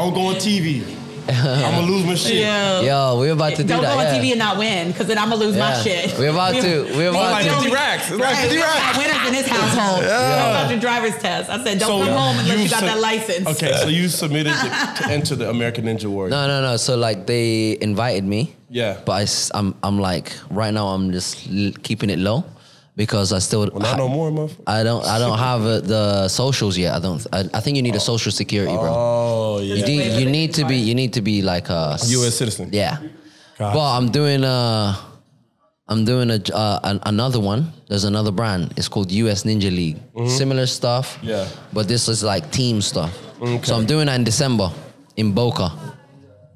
don't go on TV. I'm gonna lose my shit. Yo. Yo, we're about to do Don't that. go on yeah. TV and not win, because then I'm gonna lose my Yeah. shit. We're [LAUGHS] about to- It's we're about He's to- like the 50 only- racks. It's like Right, 50 we racks. got winners in his household. What about your driver's test? I said, don't come home unless you, got sub- that license. Okay, so you submitted to, to enter the American Ninja [LAUGHS] Warrior. No, no, no. So like they invited me. Yeah. But I, s- I'm, I'm like right now I'm just l- keeping it low because I still. Well, not no more, motherfucker. I don't, I don't have uh, the socials yet. I don't. I, I think you need a social security, bro. Oh You yeah. need, you need to be, you need to be like a s- U.S. citizen. Yeah. Gotcha. But I'm doing uh, I'm doing a uh, an, another one. There's another brand. It's called US Ninja League. Similar stuff. Mm-hmm. Yeah. But this is like team stuff. Okay. So I'm doing that in December in Boca.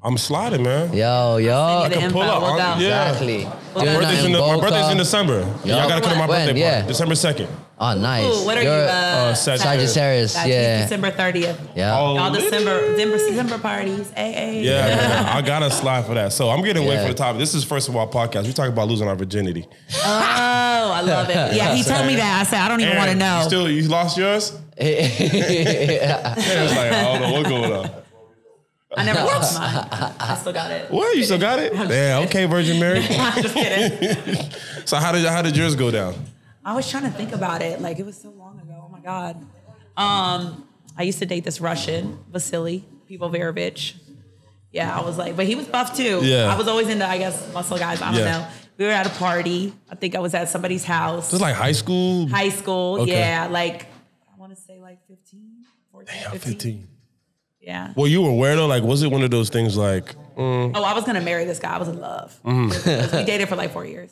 I'm sliding, man. Yo, yo. I can Pull up. We'll I'm- go. yeah. Exactly. My Doing birthday's, that in the, my Boca. birthday's in December. Yeah. Y'all gotta come to my uh, When? birthday Yeah. party. December 2nd. Oh, nice. Ooh, what are you? You're Uh, Uh, Sagittarius. Sagittarius, Sagittarius, yeah. December 30th. Yeah. [LAUGHS] Oh, Y'all December, December, December parties. Hey, hey. Yeah, man, [LAUGHS] I gotta slide for that. So I'm getting away Yeah. from the topic. This is first of all podcast. We talk about losing our virginity. Oh, I love it. Yeah, he told me that. I said, I don't even want to Aaron, know. You still, you lost yours? Aaron's like, I don't know what's going on. I never lost mine. I still got [LAUGHS] it. [LAUGHS] What? You still got it? Yeah. Okay, Virgin [LAUGHS] Mary. I'm just kidding. so how did how did yours go down? I was trying to think about it. Like it was so long ago. Oh my god. Um, I used to date this Russian Vasily Pivovarovich. Yeah, I was like, but he was buff too. Yeah. I was always into, I guess, muscle guys. I don't Yeah. know. We were at a party. I think I was at somebody's house. This is like high school. high school. Okay. Yeah, like I want to say like 15, 14, Yeah, 15. 15. Yeah. Well, you were aware though. Like, was it one of those things like? Oh, I was gonna marry this guy. I was in love. Mm. [LAUGHS] we dated for like four years.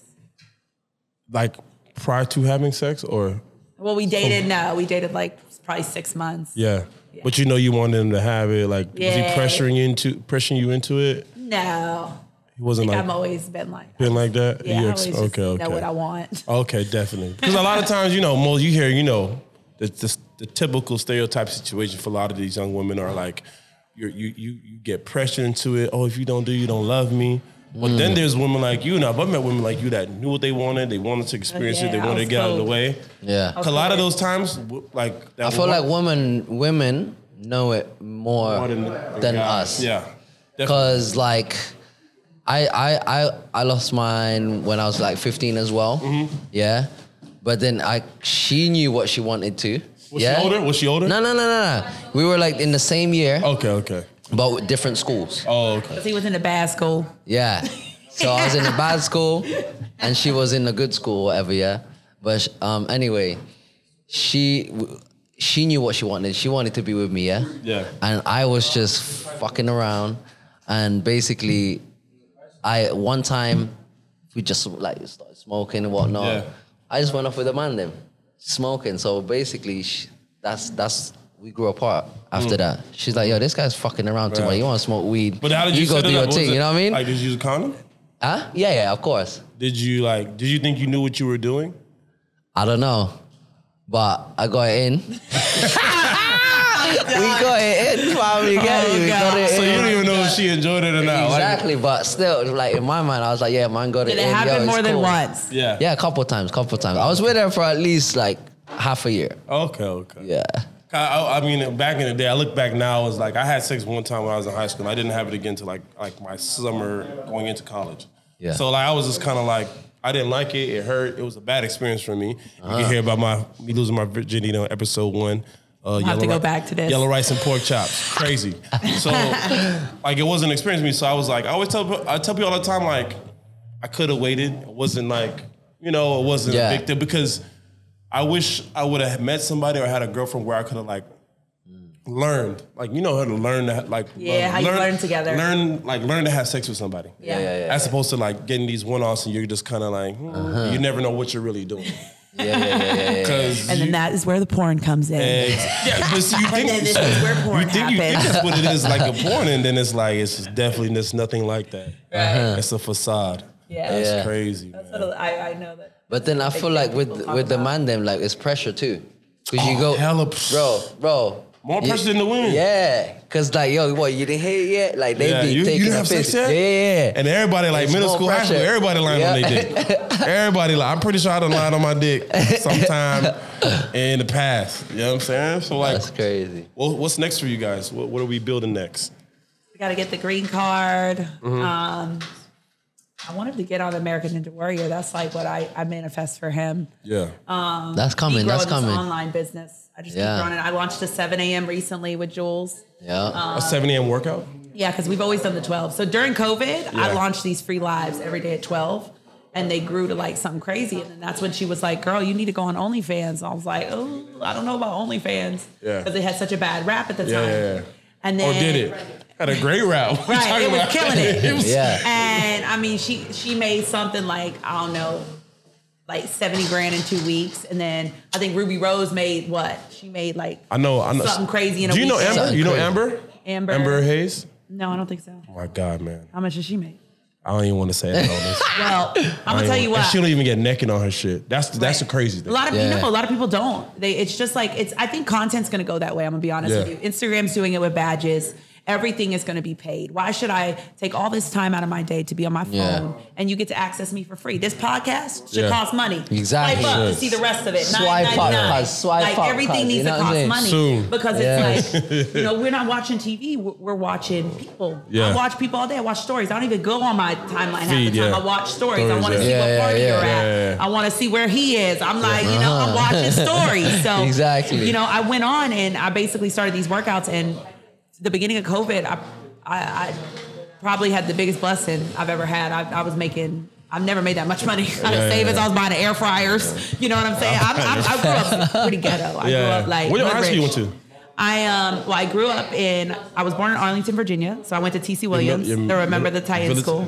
like prior to having sex or Well, we dated. No, we dated like probably six months. yeah. But you know you wanted him to have it. Like Yeah. was he pressuring you into pressuring you into it? No, He wasn't like, like I've always been like. been like that. Yeah, You I ex- always just okay, okay, know what I want. [LAUGHS] okay, definitely. Because a lot of times you know most you hear you know the, the the typical stereotype situation for a lot of these young women are like you're, you you you get pressured into it. Oh, if you don't do, you don't love me. But then there's women like you, and I've met women like you that knew what they wanted. They wanted to experience it. yeah, They I wanted to was get out of the told. way. Yeah. A lot of those times, w- like that I feel one- like women women know it more, more than, than, yeah. us. Yeah. Definitely. Cause like I I I I lost mine when I was like 15 as well. Mm-hmm. Yeah. But then I she knew what she wanted to. Was yeah. she older? Was she older? Oh. No, no, no, no, no. We were like in the same year, Okay, okay. but with different schools. Oh, okay. 'Cause he was in a bad school. Yeah. So I was in a bad school, and she was in a good school, whatever. Yeah. But um, anyway, she she knew what she wanted. She wanted to be with me. Yeah. Yeah. And I was just fucking around, and basically, I one time we just like started smoking and whatnot. Yeah. I just went off with a man then, smoking. So basically, sh that's that's. We grew apart after that. She's like, "Yo, this guy's fucking around too Right. much. You want to smoke weed? Mm. But how did you, go set do it your up? What was thing? it- You know what I mean? Like, did you use a condom? Huh? Yeah, yeah, of course. Did you like? Did you think you knew what you were doing? I don't know, but I got it in. [LAUGHS] we got it in, fam. You get it? We got it Oh, So you in. don't even know if she enjoyed it or not. Like, Exactly, but still, like in my mind, I was like, yeah, man, got it. Did in. it Yo, happen it's more than cool. once? yeah. Yeah, a couple times, couple times. I was with her for at least like half a year. Okay. Okay. Yeah. I, I- I mean, back in the day, I look back now. It's like I had sex one time when I was in high school. And I didn't have it again to like like my summer going into college. Yeah. So like I was just kind of like I didn't like it. It hurt. It was a bad experience for me. Uh-huh. You can hear about my me losing my virginity on episode one. Uh, have to yellow ri- go back to this. Yellow rice and pork chops, crazy. [LAUGHS] So like it wasn't an experience for me. So I was like, I always tell I tell people all the time like I could have waited. It wasn't like you know it wasn't Yeah. a victim because. I wish I would have met somebody or had a girlfriend where I could have like learned, like you know how to learn to like Yeah, how you learn together. learn like learn to have sex with somebody. Yeah. Yeah, yeah, As opposed to like getting these one offs and you're just kind of like hmm, you never know what you're really doing Uh-huh. [LAUGHS] Yeah, yeah, yeah, yeah. yeah. because And then that is where the porn comes [LAUGHS] in. [LAUGHS] yeah, but see, you think then this is where [LAUGHS] porn you think, you think [LAUGHS] happens. that's what it is like [LAUGHS] a porn, and then it's like it's just definitely just nothing like that. It's a facade. Yeah. That's Yeah. crazy. man. Totally. I, I know that. But then I feel like with with the man, them like it's pressure too, because you go, Oh, hella- bro, bro. More you- pressure than the women. Yeah, cause like yo, what you didn't hit it yet? Like they Yeah, be you- you taking didn't a have sex piss. yet? Yeah, yeah, yeah. And everybody like It's middle more school, high school, pressure. everybody lying on Yeah. [LAUGHS] their dick. Everybody lying. I'm pretty sure I done lied on my dick sometime in the past. You know what I'm saying? So like, That's crazy. well, what's next for you guys? What, what are we building next? We got to get the green card. Um, I wanted to get on American Ninja Warrior. That's like what I, I manifest for him. Yeah. Uh, That's coming. Keep growing That's this coming. online business. I just Yeah. keep growing it. I launched a 7 a.m. recently with Jules. Uh, Yeah. a 7 a.m. workout? Yeah, because we've always done the 12. So during COVID, Yeah. I launched these free lives every day at 12. And they grew to like something crazy. And then that's when she was like, girl, you need to go on OnlyFans. And I was like, oh, I don't know about OnlyFans. Yeah. Because it had such a bad rap at the Yeah, time. yeah, yeah. And Or then did [LAUGHS] it? Had a great route. [LAUGHS] What you Right, talking it was about? [LAUGHS] killing it. Yeah. And I mean, she she made something like I don't know, like seventy grand in two weeks, and then I think Ruby Rose made what she made like I know. I know. Something crazy in a Do you know week. Amber? Something you know crazy. Amber? Amber. Amber Hayes? no, I don't think so. Oh my God, man. How much did she make? I don't even want to say [LAUGHS] that on this. Well, I'm gonna tell you And what. She don't even get naked on her shit. That's that's the crazy A thing. lot of Yeah. you know, a lot of people don't. They it's just like it's I think content's gonna go that way, I'm gonna be honest Yeah. with you. Instagram's doing it with badges. everything is going to be paid. Why should I take all this time out of my day to be on my phone Yeah. and you get to access me for free? This podcast should Yeah. cost money. Exactly. Swipe up to Yes. see the rest of it. Swipe up, $9.99. cuz. Swipe like up, everything cuz. needs You know to what I'm cost saying? money Soon. because Yes. [LAUGHS] it's like you know we're not watching TV. We're we're watching people. Yeah. I watch people all day. I watch stories. I don't even go on my timeline half Feed, the time. yeah. I watch stories. I Stories, want yeah. to see Yeah, what yeah, party yeah, you're at. yeah, yeah. I want to see where he is. I'm like, you know, I'm watching stories. So Exactly. You know, I went on and I basically started these workouts. And the beginning of COVID, I, I, I probably had the biggest blessing I've ever had. I, I was making. I've never made that much money [LAUGHS] out Yeah, yeah, of savings. yeah. I was buying air fryers. You know what I'm saying? I'm, I'm, I grew up pretty ghetto. I grew Yeah. up like. What hood high school you rich. went to? I um well I grew up in I was born in Arlington, Virginia, so I went to TC Williams. Your- your- the remember the Titan village- school.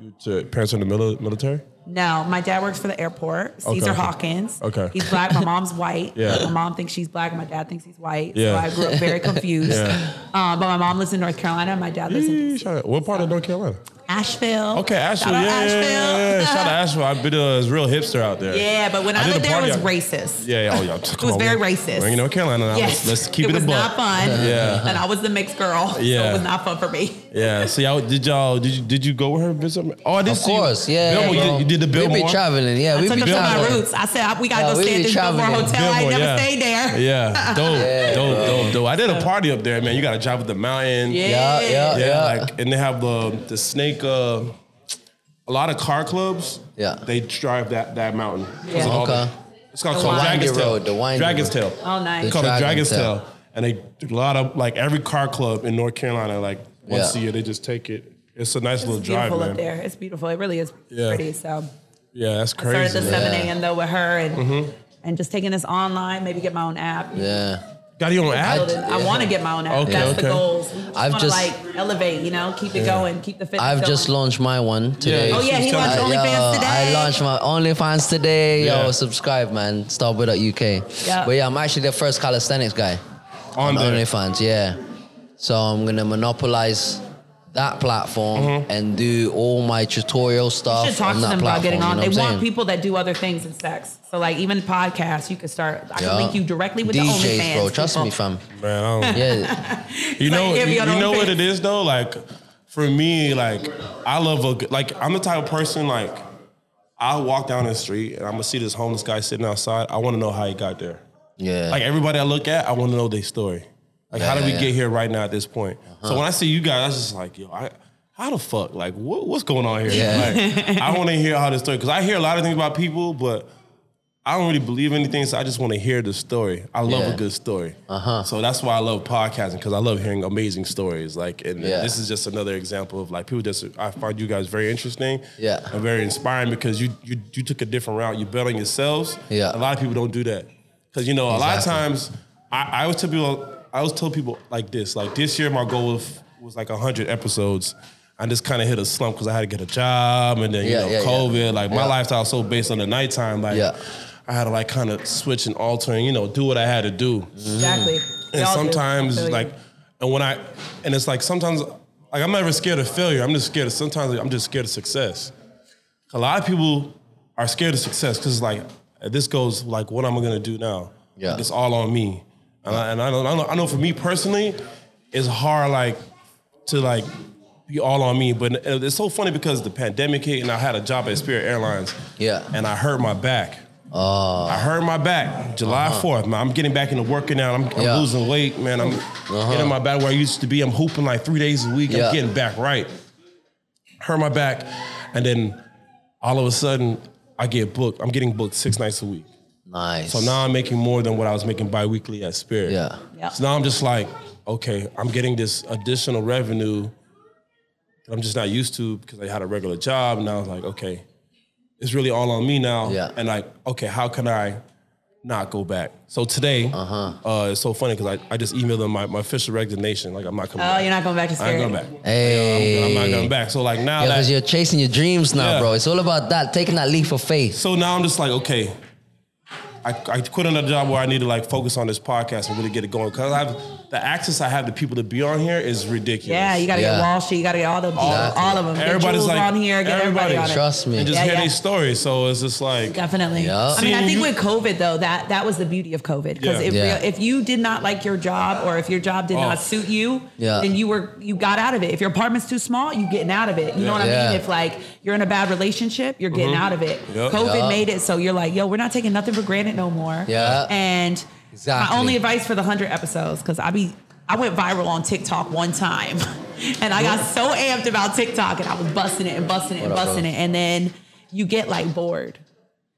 You to parents in the mili- military? No, my dad works for the airport, Caesar okay. Hawkins. Okay. He's black, my mom's white. Yeah. My mom thinks she's black, my dad thinks he's white. Yeah. So I grew up very confused. [LAUGHS] Um, but my mom lives in North Carolina, my dad lives in Yee, shout out- What part of North Carolina? Asheville. Okay, Asheville. Shout out Yeah, yeah, Asheville. yeah, yeah, yeah. Shout out Asheville. I've been a real hipster out there. Yeah, but when I, did lived a there, it was party out- racist. Yeah, yeah, oh, yeah. It was very racist. We're in North Carolina now. Yes. Let's keep it, it a was buck. not fun. Yeah. And I was the mixed girl. So Yeah. it was not fun for me. Yeah. See, I, did y'all? Did you? Did you go with her? Did something? Oh, I did. Of see you. course, yeah. Bill, bro. you, did, you did the Bill We be Maher? traveling, yeah. I We took be them to my traveling. roots. I said, I- we got to Yeah, go we stay be at this Billboard traveling. hotel. I ain't Billboard, never yeah. stayed there. Yeah, dope, [LAUGHS] Yeah, dope, bro. dope, dope. I did a party up there, man. You got to drive up the mountain. Yeah. Yeah, yeah, yeah. yeah. Like, and they have the the snake. Uh, a lot of car clubs. Yeah. They drive that that mountain. What's it Yeah. called? Okay. It's called, The called windy Dragon's Tail. road, the windy Dragon's Tail. road. Oh, nice. It's called the Dragon's Dragon's Tail. Tail. And they do a lot of like every car club in North Carolina. Like once Yeah. a year, they just take it. It's a nice It's little drive, beautiful man. up there. It's beautiful. It really is Yeah. pretty. So Yeah, that's I started crazy. at the man. seven a.m. though with her and and just taking this online. Maybe get my own app. Mm-hmm. Yeah. Got your own I, ad? yeah. want to get my own app. Okay, That's okay. the goals. We I've want to just- like elevate. You know, keep it going. Keep the fitness. I've going. just launched my one today. Yeah. Oh yeah, he She's launched telling- I, OnlyFans yo, I today. launched my OnlyFans today. Yo, Yeah. subscribe, man. Starboy.uk. Yeah. But yeah, I'm actually the first calisthenics guy On on there. OnlyFans. Yeah. So I'm gonna monopolize that platform Mm-hmm. and do all my tutorial stuff You should talk on to that them platform. about getting on. you know They what I'm want saying? people that do other things than sex. So like even podcasts, you could start. I Yeah. can link you directly with DJs, the OnlyFans. bro. Trust people. me, fam. Man, I don't- Yeah, You Like, know, if you, you don't you know what it think- is though. Like for me, like I love a good- like I'm the type of person like I walk down the street and I'm gonna see this homeless guy sitting outside. I want to know how he got there. yeah. Like everybody I look at, I want to know their story. Like how did Yeah, we yeah, Uh-huh. get yeah. here right now at this point? So when I see you guys, I was just like, yo, I. How the fuck? Like, what, what's going on here? Like, [LAUGHS] I want to hear how this story, because I hear a lot of things about people, but I don't really believe anything, so I just want to hear the story. I love Yeah. a good story. Uh-huh. So that's why I love podcasting because I love hearing amazing stories. Like, and Yeah. this is just another example of like people just I find you guys very interesting, Yeah. and very inspiring because you you you took a different route. You bet on yourselves. Yeah. a lot of people don't do that because you know a lot of Exactly. times I, I always tell people I always tell people like this. Like this year, my goal was was like hundred episodes. I just kind of hit a slump because I had to get a job and then you Yeah, know yeah, yeah. COVID. Like my Yeah. lifestyle is so based on the nighttime. Like Yeah. I had to like kind of switch and alter and you know do what I had to do. Exactly. And Y'all do. sometimes I feel you. like, and when I, and it's like sometimes, like I'm never scared of failure. I'm just scared of sometimes I'm just scared of success. A lot of people are scared of success because like this goes like, what am I gonna do now? Yeah. it's all on me. And I, and I don't, I know, I know for me personally, it's hard like to like be all on me. But it's so funny because the pandemic hit and I had a job at Spirit Airlines. Yeah. Uh. and I hurt my back. I hurt my back July 4th. Man, I'm getting back into working out. I'm, I'm Uh-huh. Yeah. Uh-huh. losing weight, man. I'm getting my back where I used to be. I'm hooping like three days a week. Yeah. I'm getting back right. Hurt my back. And then all of a sudden, I get booked. I'm getting booked six nights a week. nice. So now I'm making more than what I was making biweekly at Spirit. Yeah. Yeah. So now I'm just like, okay, I'm getting this additional revenue that I'm just not used to because I had a regular job. And I was like, okay, it's really all on me now. Yeah. And like, okay, how can I not go back? So today, uh-huh. it's so funny because I, I just emailed them my, my official resignation. Like, I'm not coming Oh, back. you're not going back to I ain't going Spirit. back. Hey. I'm not going back. So like now Yeah, that because you're chasing your dreams now, Yeah. bro. It's all about that, taking that leap of faith. So now I'm just like, okay, I, I quit another job where I need to like focus on this podcast and really get it going because I have the access I have to people to be on here is ridiculous. Yeah, you gotta Yeah. get Wall Street. You gotta get all the all, Exactly. all of them. Get Everybody's Jules like- on here. Get everybody, everybody- on it. Trust me. and just Yeah, hear yeah. these stories. So it's just like Definitely. Yeah. I mean, I See, think you- with COVID though, that that was the beauty of COVID because Yeah. if Yeah. real- if you did not like your job or if your job did Oh. not suit you, Yeah. then you were you got out of it. If your apartment's too small, you getting out of it. You know what I Yeah. mean? If like you're in a bad relationship, you're getting Mm-hmm. out of it. Yep. COVID Yeah. made it so you're like, yo, we're not taking nothing for granted no more. Yeah. And Exactly. my only advice for the hundred episodes because I be I went viral on TikTok one time, [LAUGHS] and I got so amped about TikTok and I was busting it and busting it and What up, busting bro? it, and then you get like bored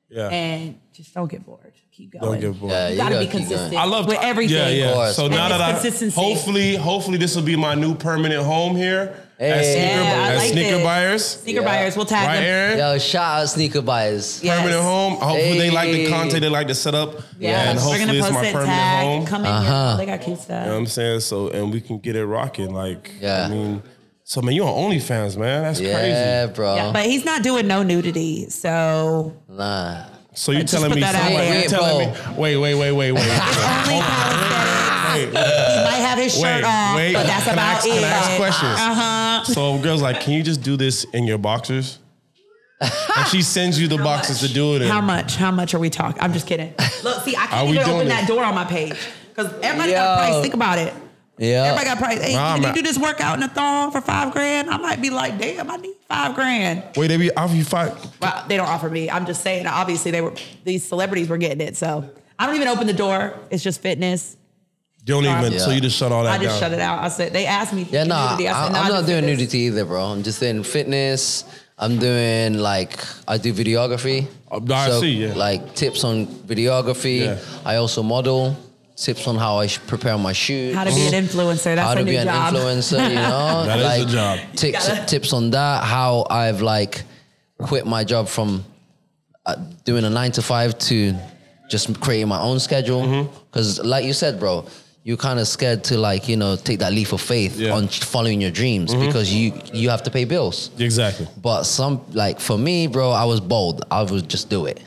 yeah, and just don't get bored. Keep going. don't get bored. Yeah, You you gotta gotta be keep going. consistent. I love with everything. Yeah, yeah. course. So And now it's that I consistency. hopefully, hopefully this will be my new permanent home here as Hey. sneaker, Yeah, I as like sneaker this. buyers, Sneaker Yeah. buyers, we'll tag right, them. Aaron? Yo, shout out sneaker buyers. Yeah. Permanent Yes. home. Hopefully they like the Hey. content, they like the setup, Yeah, and we're hopefully gonna it's post my it. permanent Tag, home. come in Uh-huh. here. They got cute stuff. You know what I'm saying? So, and we can get it rocking. Like, Yeah. I mean, so man, you on OnlyFans, man. That's Yeah, crazy. bro. Yeah, but he's not doing no [LAUGHS] nudity, so nah. So you Just telling put me, that out somebody- there. you telling me, wait, wait, wait, wait, wait. only [LAUGHS] Wait, wait, prosthetics. He might have his shirt off, wait. but that's Can I about ask- it. Can I ask questions? Uh huh. So girls like, can you just do this in your boxers? and she sends you the boxes to do it in. How much? How much are we talking? I'm [LAUGHS] just kidding. Look, see, I Are can't we even doing open that this? door on my page because everybody got a Yo. price. Think about it. Yeah. Everybody got a price. Hey, Nah, can you man. do this workout in a thong for five grand? I might be like, damn, I need five grand. Wait, they be off you five. Well, they don't offer me. I'm just saying. Obviously, they were these celebrities were getting it. So I don't even open the door. It's just fitness. You don't even. Yeah. So Oh, you just shut all that I just down. shut it out. I said they asked me. Yeah, nah, nudity. I I'm, said, nah, I'm I not just doing did this. nudity either, bro. I'm just doing fitness. I'm doing like I do videography. Uh, I see, yeah. Like tips on videography. Yeah. I also model. Tips on how I sh- prepare my shoots. How to be an influencer? That's Mm-hmm. how a to new be an job. influencer, you [LAUGHS] know? That is a job. Tips, gotta- tips on that. How I've like quit my job from uh, doing a nine to five to just creating my Mm-hmm. own schedule. Because, like you said, bro, you're kind of scared to like you know take that leap of faith Yeah. Mm-hmm. on following your dreams because you you have to pay bills. Exactly. But some like for me, bro, I was bold. I would just do it.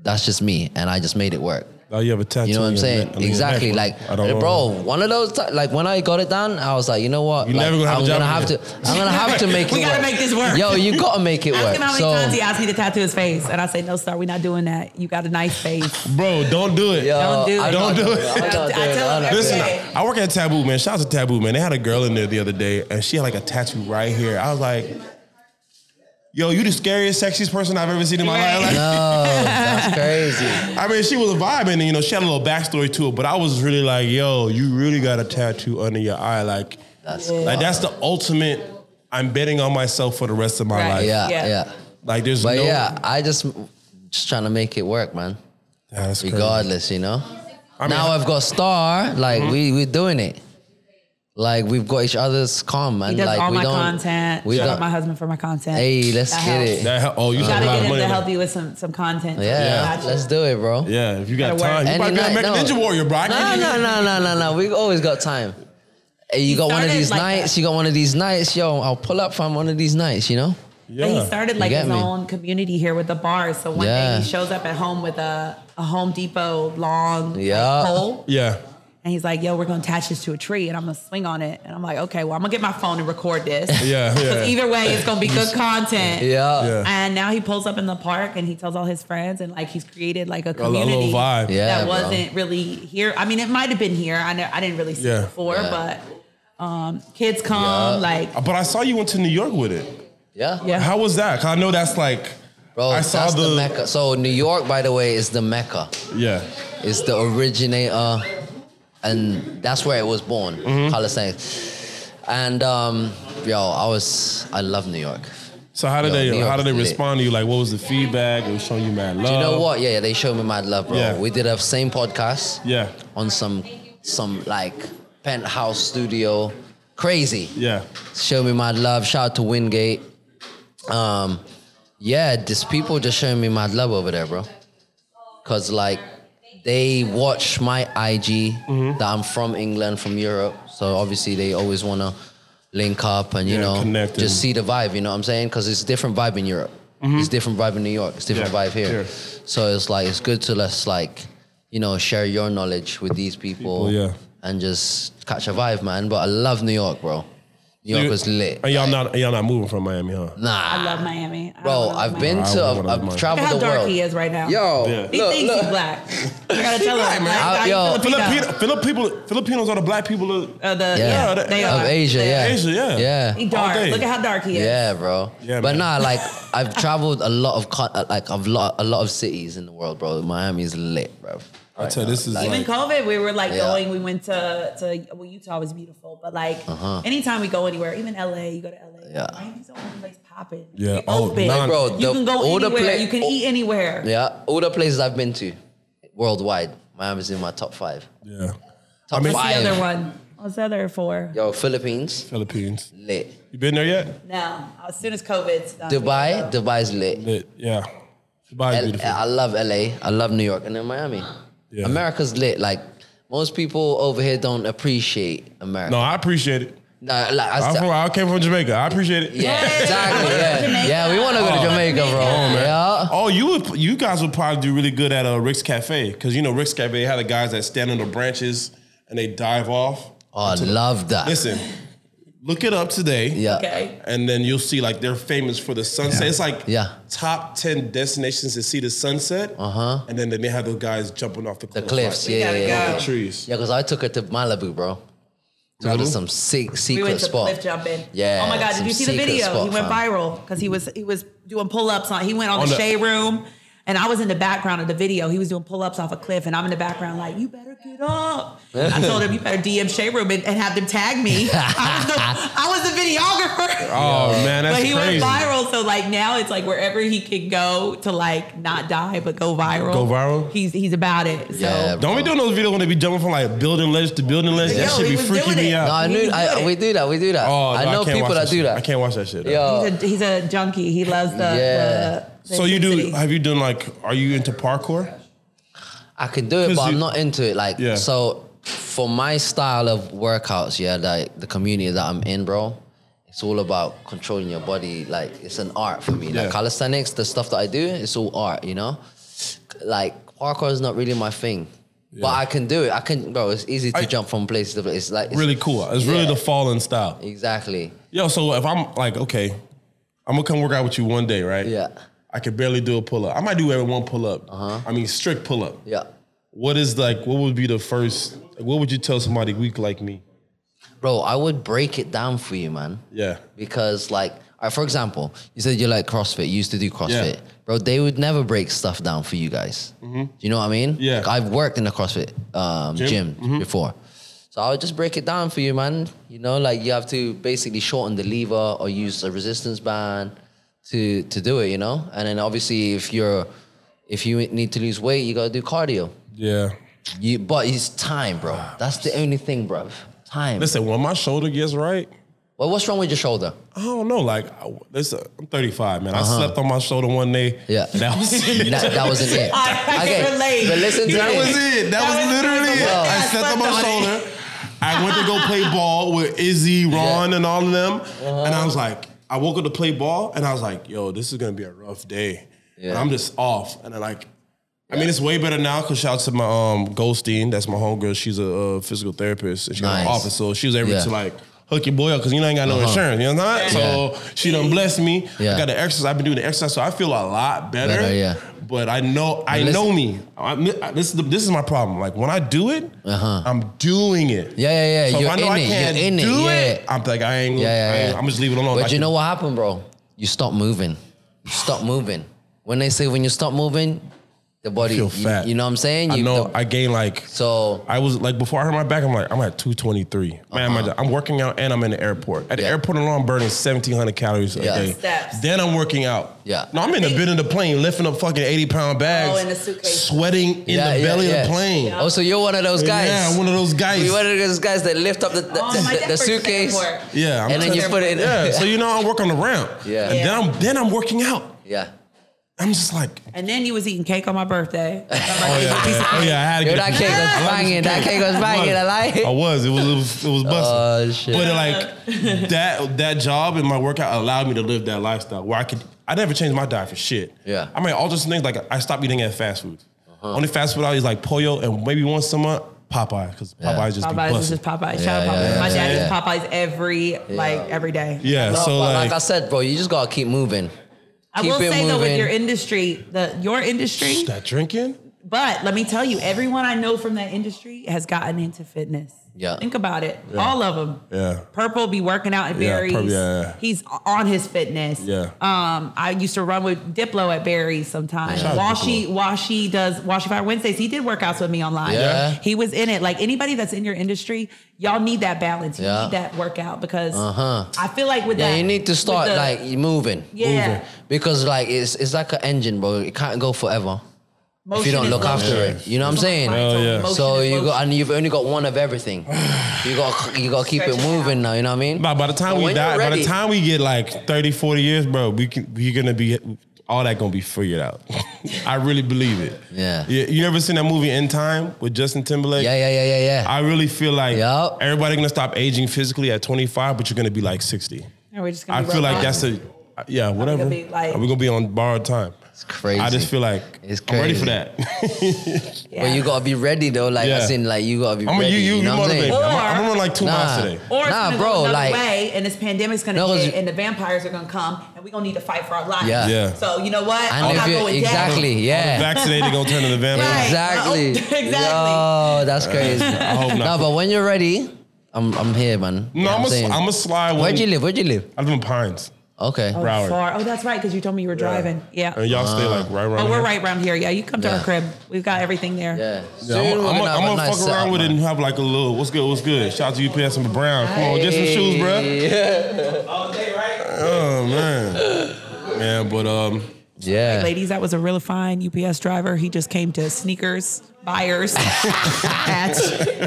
That's just me, and I just made it work. Now you have a tattoo. You know what on I'm your saying? neck- on your exactly. neck, like, eh, I don't bro, know. one of those. ti- like when I got it done, I was like, you know what? You're Like, never gonna have I'm a job gonna have again. to. I'm [LAUGHS] gonna have to make We it. gotta work. make this work. Yo, you gotta make it [LAUGHS] Ask work. him how many so, times he asked me to tattoo his face, and I say, "No, sir, we're not doing that. You got a nice face." Bro, don't do it. yo, Don't do I'm not it. Don't do doing it. I'm not I- I doing it. [LAUGHS] tell I'm him not every Listen, doing it. day. I work at Taboo, man. Shout out to Taboo, man. They had a girl in there the other day, and she had like a tattoo right here. I was like, "Yo, you the scariest, sexiest person I've ever seen in my Right. life." Like, No, [LAUGHS] that's crazy. I mean, she was a vibe, and you know, she had a little backstory to it. But I was really like, "Yo, you really got a tattoo under your eye, like, That's like that's the ultimate. I'm betting on myself for the rest of my Right. life. yeah, Yeah. yeah, Like, there's But no. yeah, I just just trying to make it work, man. Nah, that's crazy. Regardless, you know. I mean, Mm-hmm. now I've got star. Like we we doing it. Like we've got each other's calm, man. He does like all we my don't, content. We Shout out don't. my husband for my content. Hey, let's That get helps. it. That hel- oh, you You got gotta a lot get of him money. to on help that. you with some some content. Yeah, Gotcha. let's do it, bro. Yeah, if you got Gotta work. time, you Any might be night- an American no. Ninja Warrior, bro. I No, can't no, even- no, no, no, no. We've always got time. Hey, you got one of started these like nights. that. You got one of these nights, yo. I'll pull up from one of these nights. You know. But Yeah. he started like You get his me? own community here with the bars. So one Yeah. day he shows up at home with a, a Home Depot long like, Yeah. pole. Yeah. And he's like, yo, we're gonna attach this to a tree and I'm gonna swing on it. And I'm like, okay, well, I'm gonna get my phone and record this. [LAUGHS] Yeah, yeah. Because either way, it's gonna be good content. Yeah. Yeah. And now he pulls up in the park and he tells all his friends and like he's created like a a little community vibe. Yeah, that bro. wasn't really here. I mean, it might have been here. I know I didn't really see Yeah. it before, Yeah. but um, kids come Yeah. like But I saw you went to New York with it. Yeah. yeah. How was that? 'Cause I know that's like, Bro, I saw that's the, the- mecca. So New York, by the way, is the mecca. yeah, It's the originator, and that's where it was born. Mm-hmm. Hollis Saints. And um, yo, I was I love New York. So how did Yo, New they York how did they is lit. respond to you? Like, what was the feedback? It was showing you mad love. Do you know what? Yeah, yeah, they showed me mad love, bro. Uh, Yeah. We did a same podcast. Yeah, on some some like penthouse studio. Crazy. yeah, Show me my love. Shout out to Wingate. Um, yeah, this people just showing me my love over there, bro. Cause like they watch my IG Mm-hmm. that I'm from England, from Europe. So obviously they always wanna link up and you Yeah, know connect just and- Mm-hmm. see the vibe, you know what I'm saying? Cause it's different vibe in Europe. It's different vibe in New York. It's different Yeah, vibe sure. here. So it's like it's good to let's like you know, share your knowledge with these people, People, yeah. and just catch a vibe, man. But I love New York, bro. New York was lit. And y'all Like, not y'all not moving from Miami, huh? Nah. I love Miami. I Bro, love I've Miami. been Nah, I to, wouldn't I've, wanna I've love traveled Look how the dark world. he is right now. Yo, Yeah. He look, thinks look. he's black. I gotta tell him. man. Like, Yo. Filipino. Filipino, Filipino, Filipinos are the black people. Of, Uh, the, yeah, Yeah, that- they of are. Asia, They yeah. are. Asia, yeah. Yeah. He dark. All day. Look at how dark he is. Yeah, bro. Yeah, but man. nah, like I've traveled a lot of con- uh, like I've lot a lot of cities in the world, bro. Miami's lit, bro. I tell you, this is Even like, COVID, we were like Yeah. going. We went to to well, Utah was beautiful, but like anytime we go anywhere, even LA, you go to LA. Uh-huh. Yeah. Miami's the only place popping. Yeah. It Oh, open. man. Bro, you the- can go all the anywhere. pla- you can all- eat anywhere. Yeah, all the places I've been to worldwide, Miami's in my top five. yeah, Top mean- The five. other one. What's the other four? Yo, Philippines Philippines. lit. You been there yet? Now, as soon as COVID's done, Dubai, Dubai's lit. Lit, Yeah, Dubai's L- beautiful. I love LA. I love New York and then Miami. Yeah. America's lit. Like most people over here don't appreciate America. no, I appreciate it. Nah, like, I I'm st- from, I came from Jamaica. I appreciate it. yeah, Yeah. exactly. Yeah, [LAUGHS] Jamaica. yeah. We want to go to Oh. Jamaica, bro. Jamaica. Yeah. Oh, you would, you guys would probably do really good at uh, Rick's Cafe because you know Rick's Cafe they had the guys that stand on the branches and they dive off. Oh, I love that. Listen, look it up today. Yeah. Okay. And then you'll see like they're famous for the sunset. It's like Yeah. top ten destinations to see the sunset. Uh huh. And then they may have those guys jumping off the, Uh-huh. The cliffs, right? yeah, gotta yeah, yeah. go. the trees. Yeah, because I took her to Malibu, bro. To go to Malibu? some sick We secret went to spot. cliff jumping. Yeah, Oh my god! Did some you see the secret video? spot, he went fam. viral because he was he was doing pull ups on. He went on, On the, the- shade room, and I was in the background of the video. He was doing pull ups off a cliff, and I'm in the background like, "You better get up." I told him, "You better DM shade room and, and have them tag me." I was the, I was the videographer. Oh man, that's [LAUGHS] But he crazy. went viral, so like now it's like wherever he can go to like not die but go viral. Go viral? He's he's about it. So Yeah, Don't be doing those videos when they be jumping from like building ledge to building ledge. Yo, that should he be was freaking doing me it. out. No, I knew. I, it. we do that. We do that. Oh, I no, know can't people watch that do shit. that. I can't watch that shit. Yo, he's a he's a junkie. He loves the, Yeah. the, the So you do? intensity. Have you done like? Are you into parkour? I can do it, 'Cause but you- I'm not into it. Like, Yeah. so for my style of workouts, yeah, like the community that I'm in, bro, it's all about controlling your body. Like, it's an art for me. Yeah. Like calisthenics, the stuff that I do, it's all art, you know. Like parkour is not really my thing, but I can do it. I can, bro. It's easy to I- jump from place to place. It's like it's, Really cool. It's really Yeah. the fallen style. exactly. Yo, so if I'm like, okay, I'm gonna come work out with you one day, right? Yeah. I could barely do a pull up. I might do every one pull up. Uh-huh. I mean, strict pull up. Yeah. What is like? What would be the first? What would you tell somebody weak like me? Bro, I would break it down for you, man. Yeah. Because, like, all right, for example, you said you like CrossFit, you used to do CrossFit. Bro, they would never break stuff down for you guys. Do you know what I mean? Mm-hmm. Yeah. Mm-hmm. Like, I've worked in a CrossFit um, gym, before. So I would just break it down for you, man. You know, like, you have to basically shorten the lever or use a resistance band to, to do it, you know? And then obviously, if you're, if you need to lose weight, you gotta do cardio. Yeah. You, but it's time, bro. That's the only thing, bro. Time. Listen, when my shoulder gets right, Well, what's wrong with your shoulder? I don't know. Like, I, listen, I'm 35, man. I slept on my shoulder one day. Yeah. That was it. That, that [LAUGHS] wasn't it. I- I can relate. But listen to That me. was it. That, was, was literally it. terrible. I I stepped on my slept on it. shoulder. I went to go play ball with Izzy, Ron, and all of them. Uh-huh. And I was like, I woke up to play ball, and I was like, yo, this is gonna be a rough day. And Yeah. I'm just off. And then like, I mean, it's way better now because shout out to my um Goldstein, that's my homegirl. She's a, uh physical therapist and she got an Nice. office, so she was able Yeah. Uh-huh. to like hook your boy up because you know, I ain't got no insurance. You know what I'm saying? So she done blessed me. Yeah. I got the exercise. I've been doing the exercise, so I feel a lot better. Better, yeah. But I know I listen- know me. I, I- this is the, this is my problem. Like when I do it, I'm doing it. Uh-huh. Yeah, yeah, yeah. So You're if I know in I it. You're can't in it, do yeah. it, I'm like I ain't. Yeah, I yeah, ain't yeah. I'm just leaving it alone. But Like, you know what happened, bro? You stop moving. You stop moving. When they say when you stop moving, the body, feel you, fat. you know what I'm saying? I You know don't- I gained like so I was like before I hurt my back. I'm like I'm at 223. Man, I'm, at- I'm working out and I'm in the airport. At the Uh-huh. Yeah. airport alone, I'm burning 1700 calories a Yeah. day. Steps. Then I'm working out. Yeah. No, I'm in the bed of the plane lifting up fucking 80 pound bags. Oh, in the suitcase. Sweating in yeah, the yeah, belly yeah. of the plane. Oh, so you're one of those guys. Yeah, I'm one of those guys. You're one of those guys that lift up the, the, Oh, the- my the- the dad works at the suitcase. airport. Yeah, I'm And then trying you to- put it in. Yeah, [LAUGHS] so you know I work on the ramp. Yeah. and Yeah. then I'm then I'm working out. Yeah. I'm just like, And then you was eating cake on [LAUGHS] my birthday. oh yeah, oh yeah, [LAUGHS] I had to get Yo, that cake was banging. That cake was banging. I like I it. was. It was. It was. It was busting. Oh, shit. But like that, that job and my workout allowed me to live that lifestyle where I could. I never changed my diet for shit. Yeah. Uh-huh. I might alter some things. Like I stopped eating at fast food. Only fast food out is like Pollo and maybe once a month Popeye because Yeah. Popeye just be Popeyes is busting. just Popeyes. Shout Yeah, out Popeyes. yeah, My yeah, dad yeah. is Popeyes every like every day. Yeah, No, so but like, like, I said, bro, you just gotta keep moving. I Keep will it say though, moving. with your industry, the your industry, that drinking. but let me tell you, everyone I know from that industry has gotten into fitness. Yeah. think about it. All of them. Yeah. Purple be working out at Yeah, Barry's. Purple, yeah, yeah. He's on his fitness. Yeah. Um, I used to run with Diplo at Barry's sometimes. Shout out to Washi Washi does Washi Fire Wednesdays. He did workouts with me online. Yeah. He was in it. Like anybody that's in your industry, y'all need that balance. You Yeah. Uh-huh. need that workout because I feel like with Yeah, that you need to with start the- like moving. Yeah. Moving. Because like it's it's like an engine, bro. It can't go forever if motion you don't is look love. after it. You know what I'm saying? Oh, yeah. Motion So is you motion. got and you've only got one of everything. [SIGHS] You got you got to keep it Stretch it moving out. now. You know what I mean? But by the time But we when die, you're by the ready- time we get like 30, 40 years, bro, we can we're gonna be all that gonna be figured out. [LAUGHS] I really believe it. Yeah. You, you ever seen that movie In Time with Justin Timberlake? Yeah, yeah, yeah, yeah, yeah. I really feel like Yup. everybody gonna stop aging physically at 25, but you're gonna be like 60. And we're just gonna I be feel like robots. that's a yeah, whatever. Are we be like- gonna be on borrowed time? It's crazy. I just feel like It's I'm ready crazy. for that. [LAUGHS] Yeah. But you gotta be ready though. Like Yeah. as in like you gotta be I'm gonna ready. you you, you you know what I'm motivate me. I'm saying? gonna- Or- I'm gonna run like two Nah. miles today. Or it's Nah, gonna bro, go another like- way, and this pandemic's gonna No, hit, 'cause- and the vampires are gonna come, and we're gonna need to fight for our lives. Yeah. Yeah. So you know Oh, what? And I'm if not you- going exactly, yeah. Vaccinated gonna turn [LAUGHS] into vampire. Right. Exactly. Oh, [LAUGHS] exactly. Yo, that's [LAUGHS] crazy. I hope no, not. but when you're ready, I'm I'm here, man. You No, know what I'm saying? gonna I'm a slide. Where'd one- you live? Where'd you live? I live in Pines. Okay. down. Broward. Oh, far. Oh, that's right, because you told me you were driving. Yeah. And y'all stay like right around. But Oh, we're here. right around here. Yeah, you come to Yeah. our crib. We've got everything there. Yeah. Yeah, I'm, I'm, gonna- I'm gonna fuck around with it and have like a little. What's good? What's good? Shout out to UPS and Brown. Come on, get some shoes, bruh. Oh man, man. But um, Yeah. Ladies, that was a really fine UPS driver. He just came to sneakers buyers at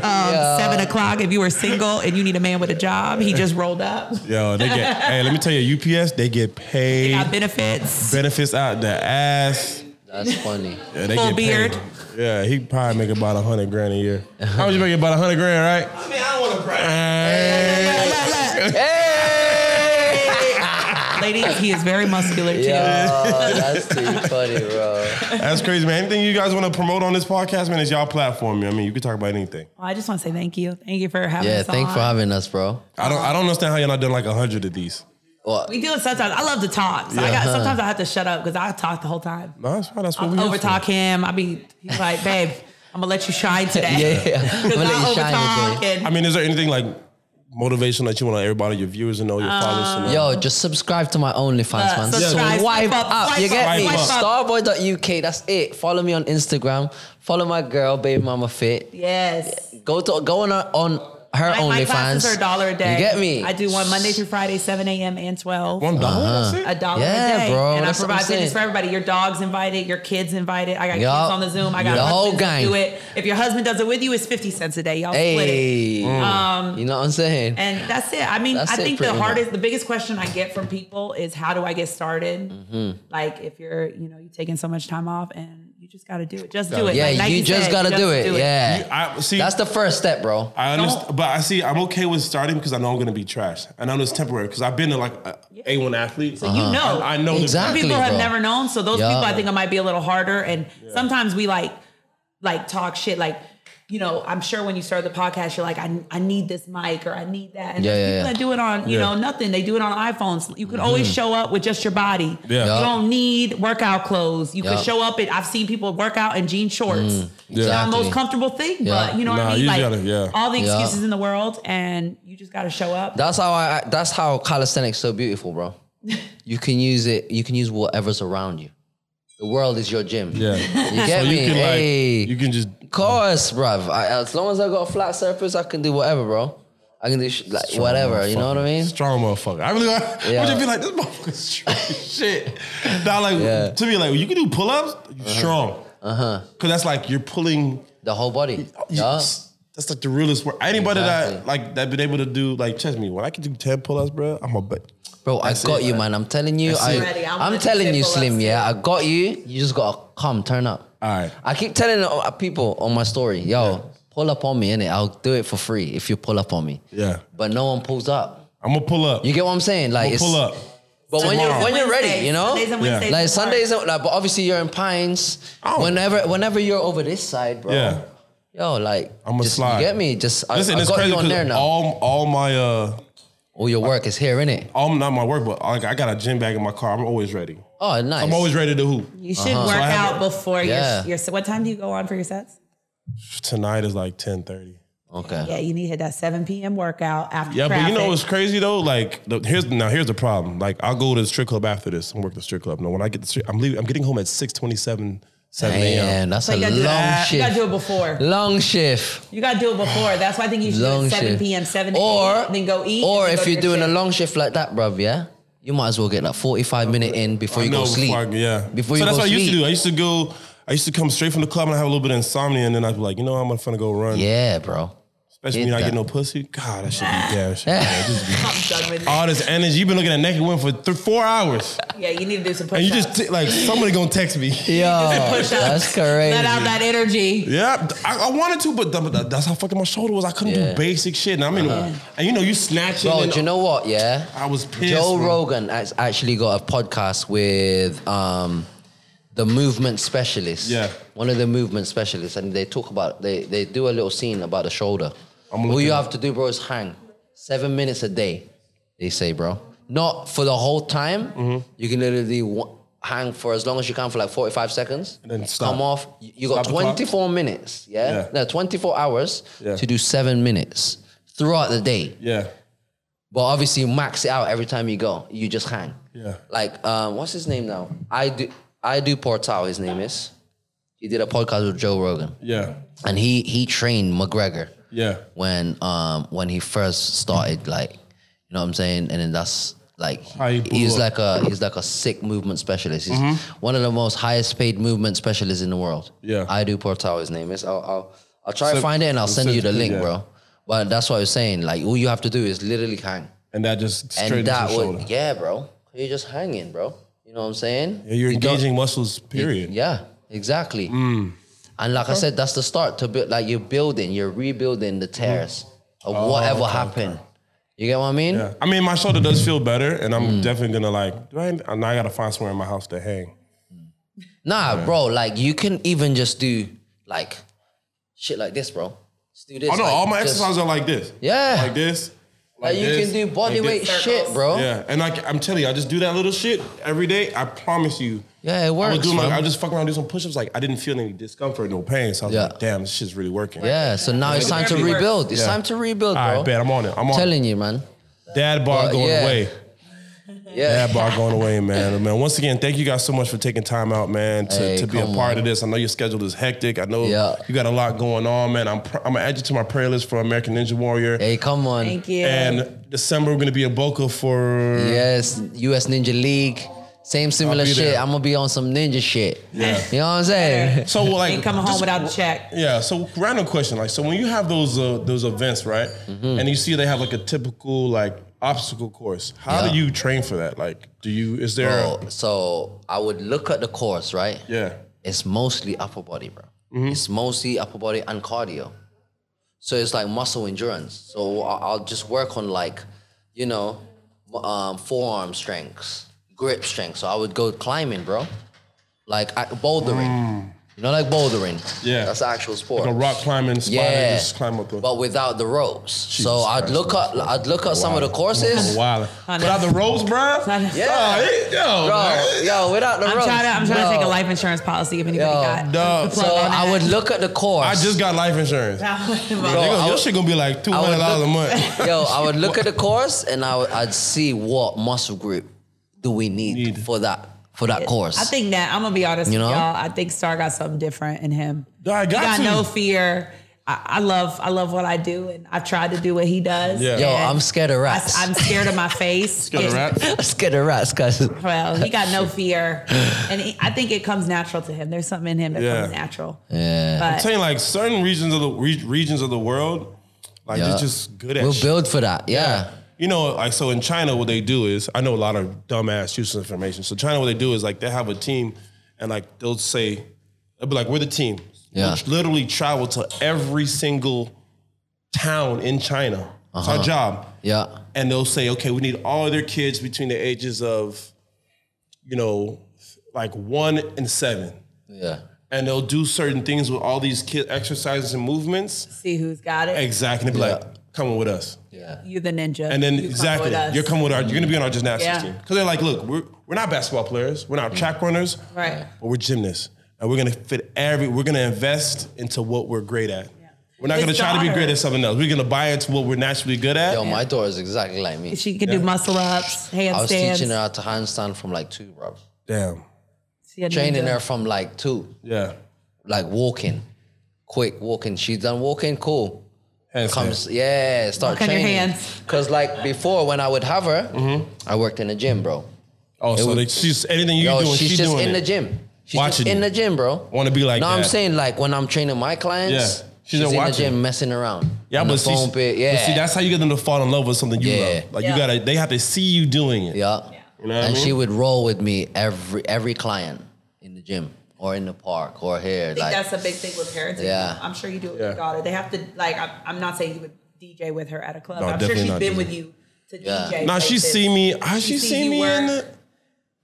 um, seven o'clock. If you were single and you need a man with a job, he just rolled up. yo, they get. hey, let me tell you, UPS they get paid. Got benefits. benefits out the ass. That's [LAUGHS] funny. Yeah, they Full get paid. beard. Yeah, he probably make about a hundred grand a year. How much you make? About a hundred grand, right? I mean, I don't want to brag. Ladies, he is very muscular [LAUGHS] too. Yeah, that's too funny, bro. That's crazy, man. Anything you guys want to promote on this podcast, man? It's y'all platform. I mean, you can talk about anything. Well, I just want to say thank you. Thank you for having Yeah, us. thanks on. for having us, bro. I don't. I don't understand how you're not doing like a hundred of these. Well, We do it sometimes. I love to talk. So I Yeah. got sometimes I have to shut up because I talk the whole time. No, that's fine. That's what we here I'll Uh, over for. talk him. I be he's like, babe, I'm gonna let you shine today. [LAUGHS] [LAUGHS] [LAUGHS] Yeah, yeah. I'm Because gonna let I you shine over talk today. I and mean, is there anything like motivational that you want everybody, your viewers, to know, Um, your followers to know? Yo, just subscribe to my OnlyFans, Uh, man. subscribe, Swipe swipe up, up, you swipe get up, me? swipe up. Starboy.uk, that's it. Follow me on Instagram. Follow my girl, Baby Mama Fit. yes. Go to go on her, on her My, my classes OnlyFans. are a dollar a day. You get me? I do one Monday through Friday, 7 a.m. and 12. One dollar. uh-huh. That's it? a dollar Yeah, a day. bro, And I that's what I'm provide fitness saying. for everybody. Your dog's invited, your kids invited. I got Yup. kids on the Zoom. I got The whole husbands that gang. do it. If your husband does it with you, it's 50 cents a day. Y'all split it. Hey, Mm. you know what I'm saying? And that's it. I mean, That's I it think the pretty much. hardest, the biggest question I get from people is how do I get started? Mm-hmm. Like if you're, you know, you're taking so much time off and you just got to do it. Just do it. yeah, Like Nike you just said, gotta do, it. Yeah, I see. that's the first step, bro. I understand, but I see. I'm okay with starting because I know I'm gonna be trash, and I know it's temporary because I've been to like a one athlete. You know, I know the- Some Uh-huh. Exactly. people have bro. never known. So those Yeah. people, I think it might be a little harder. And sometimes we like, like talk shit. Like, you know, I'm sure when you start the podcast, you're like, I, I need this mic or I need that. And Yeah, there's yeah, yeah. people Mm-hmm. that do it on, you Yeah. know, nothing. They do it on iPhones. You can always show up with just your body. Yeah. Yeah. You don't need workout clothes. You Yeah. can show up in, I've seen people work out in jean shorts. It's not the Mm. Exactly. most comfortable thing, Yeah. but you know what Nah, I you mean? Like gotta- yeah. all the Yeah. excuses in the world and you just got to show up. That's how I. That's how calisthenics so beautiful, bro. you can use it. You can use whatever's around you. The world is your gym. [LAUGHS] Yeah. You get So me? you can hey, like, you can just of course, bruv. I, as long as I got a flat surface, I can do whatever, bro. I can do sh- like whatever. You know what I mean? Strong motherfucker. I really, I would Yeah. just be like, this motherfucker's strong as [LAUGHS] shit. Now, like to me, like you can do pull ups, you're Uh-huh. strong. Uh huh. Because that's like you're pulling. The whole body. you- Yeah. That's like the realest work. Anybody that Exactly. like that been able to do like trust me, when I can do ten pull ups, bro, I'm a bet. Bro, I That's got it, you, man. man. I'm telling you. That's I, it. Ready, I'm I'm, ready telling to you, pull up, Slim. Yeah, yeah. I got you. You just gotta come, turn up. All right. I keep telling uh, people on my story, yo, pull up on me, innit? I'll do it for free if you pull up on me. Yeah. But no one pulls up. I'm gonna pull up. You get what I'm saying? Like, I'm gonna it's, pull up. But when you're Tomorrow. when you're ready, Wednesdays. you know, Sundays and Wednesdays like is Sundays, like, but obviously you're in Pines. Oh. Whenever whenever you're over this side, bro. Yeah. Yo, like I'ma just, slide. You get me? Just I, Listen, I it's got crazy you on there because now. All, all all my uh your work is here, innit? all not my work, but like I got a gym bag in my car. I'm always ready. Oh, nice. I'm always ready to hoop. You should So work I have- out before Uh-huh. Yeah. your, your set. What time do you go on for your sets? Tonight is like 10:30. okay. Yeah, you need to hit that 7 p.m. workout after Yeah, but you know traffic. what's crazy though? Like the, here's now here's the problem. Like I'll go to the strip club after this and work the strip club. No, when I get the strip, I'm leaving. I'm getting home at 6:27, 7 Man, a.m. that's So a you gotta do long that. You gotta do it shift. before. Long shift. You gotta do it before. That's why I think you should do Long it 7 shift. p.m., 7 to Or 8, then go eat. Or and then if go you're to your doing a shift. long shift like that, bruv, yeah, you might as well get like 45 minute in before you No, go sleep. before I- yeah. Before so you that's go what I used to sleep. do. I used to go. I used to come straight from the club and I have a little bit of insomnia, and then I'd be like, you know, what? I'm gonna go run. Yeah, bro. Especially when you're not Hit getting no that. pussy. God, that should be damn shit. [LAUGHS] man. Just be- I'm done with it. all this energy. You've been looking at naked women for th- four hours, Yeah, you need to do some push and you just Oh, t- like somebody gonna text me. [LAUGHS] Yo, push-ups. that's crazy. Let out that energy. Yeah, I, I wanted to, but, th- but th- that's how fucking my shoulder was. I couldn't Yeah. Uh-huh. do basic shit. And I mean, and you know, you snatching. Bro, and- do you know what? Yeah, I was pissed. Joe bro. Rogan has actually got a podcast with um, the movement specialist. Yeah. one of the movement specialists, and they talk about they they do a little scene about the shoulder. I'm All looking. you have to do, bro, is hang seven minutes a day. They say, bro, not for the whole time. Mm-hmm. You can literally wa- hang for as long as you can for like forty five seconds. And then stop. Come off. You you got Stop the clock. twenty four minutes. Yeah? Yeah. no, twenty four hours Yeah. to do seven minutes throughout the day. Yeah. But obviously, you max it out every time you go. You just hang. Yeah. Like, um, what's his name now? I do. I do Portal. His name is. He did a podcast with Joe Rogan, Yeah. and he he trained McGregor Yeah. when um when he first started. Like, you know what I'm saying? And then that's like How he blew up. he's Mm-hmm. like a he's like a sick movement specialist. He's one of the most highest paid movement specialists in the world. Yeah. I do Portal. His name is. I'll I'll, I'll try to Send- find it and I'll send send you the it, link, yeah. bro. But that's what I was saying. Like, all you have to do is literally hang And that just straightens and that your would shoulder. yeah, bro. You're just hanging, bro. You know what I'm saying? Yeah, you're You don't- engaging muscles, period. Mm. Yeah, exactly. And like I said, that's the start to build. Like you're building, you're rebuilding the tears Mm-hmm. of whatever happened. You get what I mean? Oh, Yeah. I mean, my shoulder does feel better, and I'm Mm. definitely gonna like. Do I? And I gotta find somewhere in my house to hang. Nah, bro. Like you can even just do like shit like this, bro. Just do this. Oh no, like, all my just- exercises are like this. Yeah. Like this. Like, you this, can do body like weight this. shit, bro. Yeah, and like I'm telling you, I just do that little shit every day. I promise you. Yeah, it I was works, doing like fam. I just fuck around, do some push-ups. Like I didn't feel any discomfort, no pain. So I was Yeah. like, damn, this shit's really working. Yeah, So now it's time to Everywhere. rebuild. It's Yeah. time to rebuild, bro. All right, bet I'm on it. I'm on telling you, man. it. Dad bar Well, going yeah. away. Yeah. Dad bar going away, man. Man, once again, thank you guys so much for taking time out, man, to, Hey, to be a come part on. of this. I know your schedule is hectic. I know Yeah. you got a lot going on, man. I'm pr- I'm gonna add you to my prayer list for American Ninja Warrior. Hey, come on. Thank you. And December we're gonna be in Boca for Yes, US Ninja League. Same similar I'll be shit. there. I'm gonna be on some ninja shit. Yeah. You know what I'm saying? So like, Ain't coming home just- without a check. Yeah. So random question, like, so when you have those uh, those events, right? Mm-hmm. And you see they have like a typical like obstacle course. How Yeah. do you train for that? Like, do you is there? So, so I would look at the course, right? yeah. Mm-hmm. It's mostly upper body, bro. It's mostly upper body and cardio. So it's like muscle endurance. So I- I'll just work on like, you know, um, forearm strengths, grip strength. So I would go climbing, bro. Like I, bouldering. You know, like bouldering. Mm. Yeah. That's the actual sport. Like a rock climbing spot and just climb up the. but without the ropes. so I'd Christ, look up, I'd look up some of the courses. I'm wild. Without the ropes, bro. Not- Yeah. yo, Bro, man. yo, without the I'm ropes. trying to, I'm trying to take a yo. life insurance policy if anybody Yo, got. dog. the So plug on I that. [LAUGHS] would look at the course. I just got life insurance. Bro, Nigga, I your would- shit gonna be like two hundred dollars a look- [LAUGHS] month. Yo, I [LAUGHS] would look at the course and I would, I'd see what muscle group do we need, Need. for that for that course. I think that I'm gonna be honest You know? with y'all. I think Star got something different in him. I he got got to. no fear. I, I love I love what I do, and I've tried to do what he does. Yeah. Yo, and I'm scared of I, rats. am scared of my face. Got a wrap. [LAUGHS] I'm scared of rats, guys. Well, he got [LAUGHS] no fear, and he, I think it comes natural to him. There's something in him that Yeah. comes natural. Yeah. But I'm telling you, like certain regions of the re- regions of the world, like Yeah. it's just good at. We'll shit. build for that. Yeah. You know, like so in China, what they do is I know a lot of dumbass useless information. So China, what they do is like they have a team, and like they'll say, they'll be like, "We're the team." Yeah. They'll literally travel to every single town in China It's our job. Uh-huh. Yeah. And they'll say, okay, we need all their kids between the ages of, you know, like one and seven. Yeah. And they'll do certain things with all these kid exercises and movements. See who's got it. Exactly. And they'll be Yeah. like, come on with us. Yeah. You the ninja. And then You come exactly, with us. you're coming with our, you're gonna be on our gymnastics Yeah. team because they're like, look, we're we're not basketball players, we're not track runners, Right. But we're gymnasts, and we're gonna fit every, we're gonna invest into what we're great at. We're not It's gonna the try to be honor. great at something else. We're gonna buy into what we're naturally good at. Yo, my daughter is exactly like me. She could do muscle ups, I was handstands. teaching her how to handstand from like two, bro. Damn. She a Training ninja. her from like two, Yeah. like walking, quick walking. She's done walking, cool. Handstand. Comes, yeah, start Walk on your training. hands. Cause like before, when I would have her, Mm-hmm. I worked in the gym, bro. Oh, so would- like she's anything you Yo, doing, she's she's just doing in it. the gym. She's Watching just in you. the gym, bro. Wanna be like No, I'm that. saying like when I'm training my clients, Yeah. She's she's, there in the watching. gym messing around. Yeah, on but the see, phone bit. but Yeah, see, that's how you get them to fall in love with something you Yeah. love. Like Yeah. you gotta, they have to see you doing it. yeah. You know what I and she mean? would roll with me every every client in the gym or in the park or here. I like think that's a big thing with parenting. Yeah. I'm sure you do it with Yeah. your daughter. They have to like. I'm, I'm not saying you would DJ with her at a club. No, I'm sure definitely she's not been DJ. with you to Yeah. DJ. Now she's places. seen me. Has she, She's seen seen you me in the? work.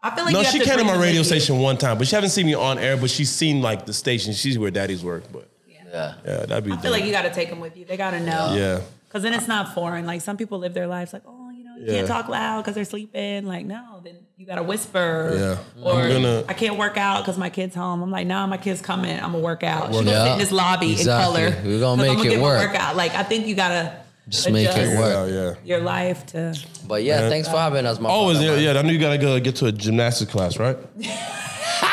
I feel like No, you have she to came to bring my them with radio you. station one time, but she haven't seen me on air. But she's seen like the station. She's where daddy's work, but yeah. yeah, that'd be. I feel like you got to take them with you. They got to know. yeah, Because then it's not foreign. Like some people live their lives like, oh, you know, you Yeah. can't talk loud because they're sleeping. Like, no, then you got to whisper. Yeah. Or I'm gonna- I can't work out because my kid's home. I'm like, no, my kid's coming. I'm going to work out. She's Work going to sit out. in this lobby Exactly. in color. We're gonna 'cause make I'ma it get my work. Workout. Like, I think you got to Just make it adjust work. yeah, yeah. your life to. But yeah, thanks for having us, my Oh, is brother, it, man. yeah. I know you gotta go get to a gymnastics class, right?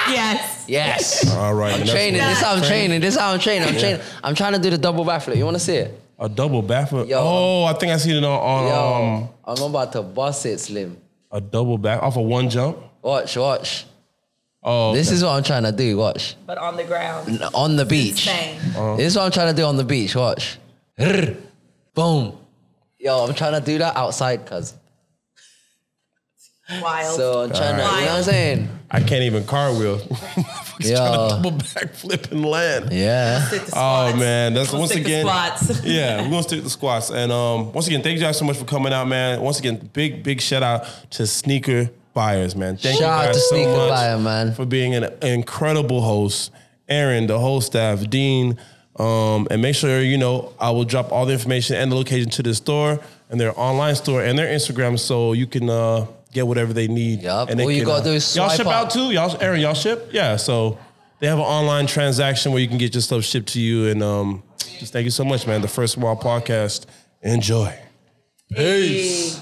Yes. [LAUGHS] Yes. All right, I'm and that's- training. This how I'm Train. training. This how I'm training. I'm training. I'm trying to do the double backflip. You want to see it? A double backflip. Yo. Oh, I think I seen it on, on um Yo, I'm about to bust it, Slim. a double back off of one jump. Watch, watch. Oh, This is what I'm trying to do. Watch But on the ground. on the beach. Insane. This is what I'm trying to do on the beach. Watch. Rrr. Boom. Yo, I'm trying to do that outside, cuz. Wild. So I'm trying to. You know what I'm saying? I can't even cartwheel. [LAUGHS] Yo. double backflip and land. Yeah. Stick to Oh squats. man, that's We'll once stick to again. [LAUGHS] squats. [LAUGHS] yeah, we're gonna stick to squats. And um, once again, thank you guys so much for coming out, man. Once again, big big shout out to sneaker buyers, man. Thank Shout out you guys to so Sneaker much Buyer, man. for being an incredible host. Aaron, the whole staff, Dean, um, and make sure you know I will drop all the information and the location to the store and their online store and their Instagram, so you can. Uh, Get whatever they need. Yup. And they All you can, uh, gotta do is y'all swipe ship up. out too. Y'all, Aaron, y'all ship. Yeah. So they have an online transaction where you can get your stuff shipped to you. And um, just thank you so much, man. The First Wall Podcast. Enjoy. Peace.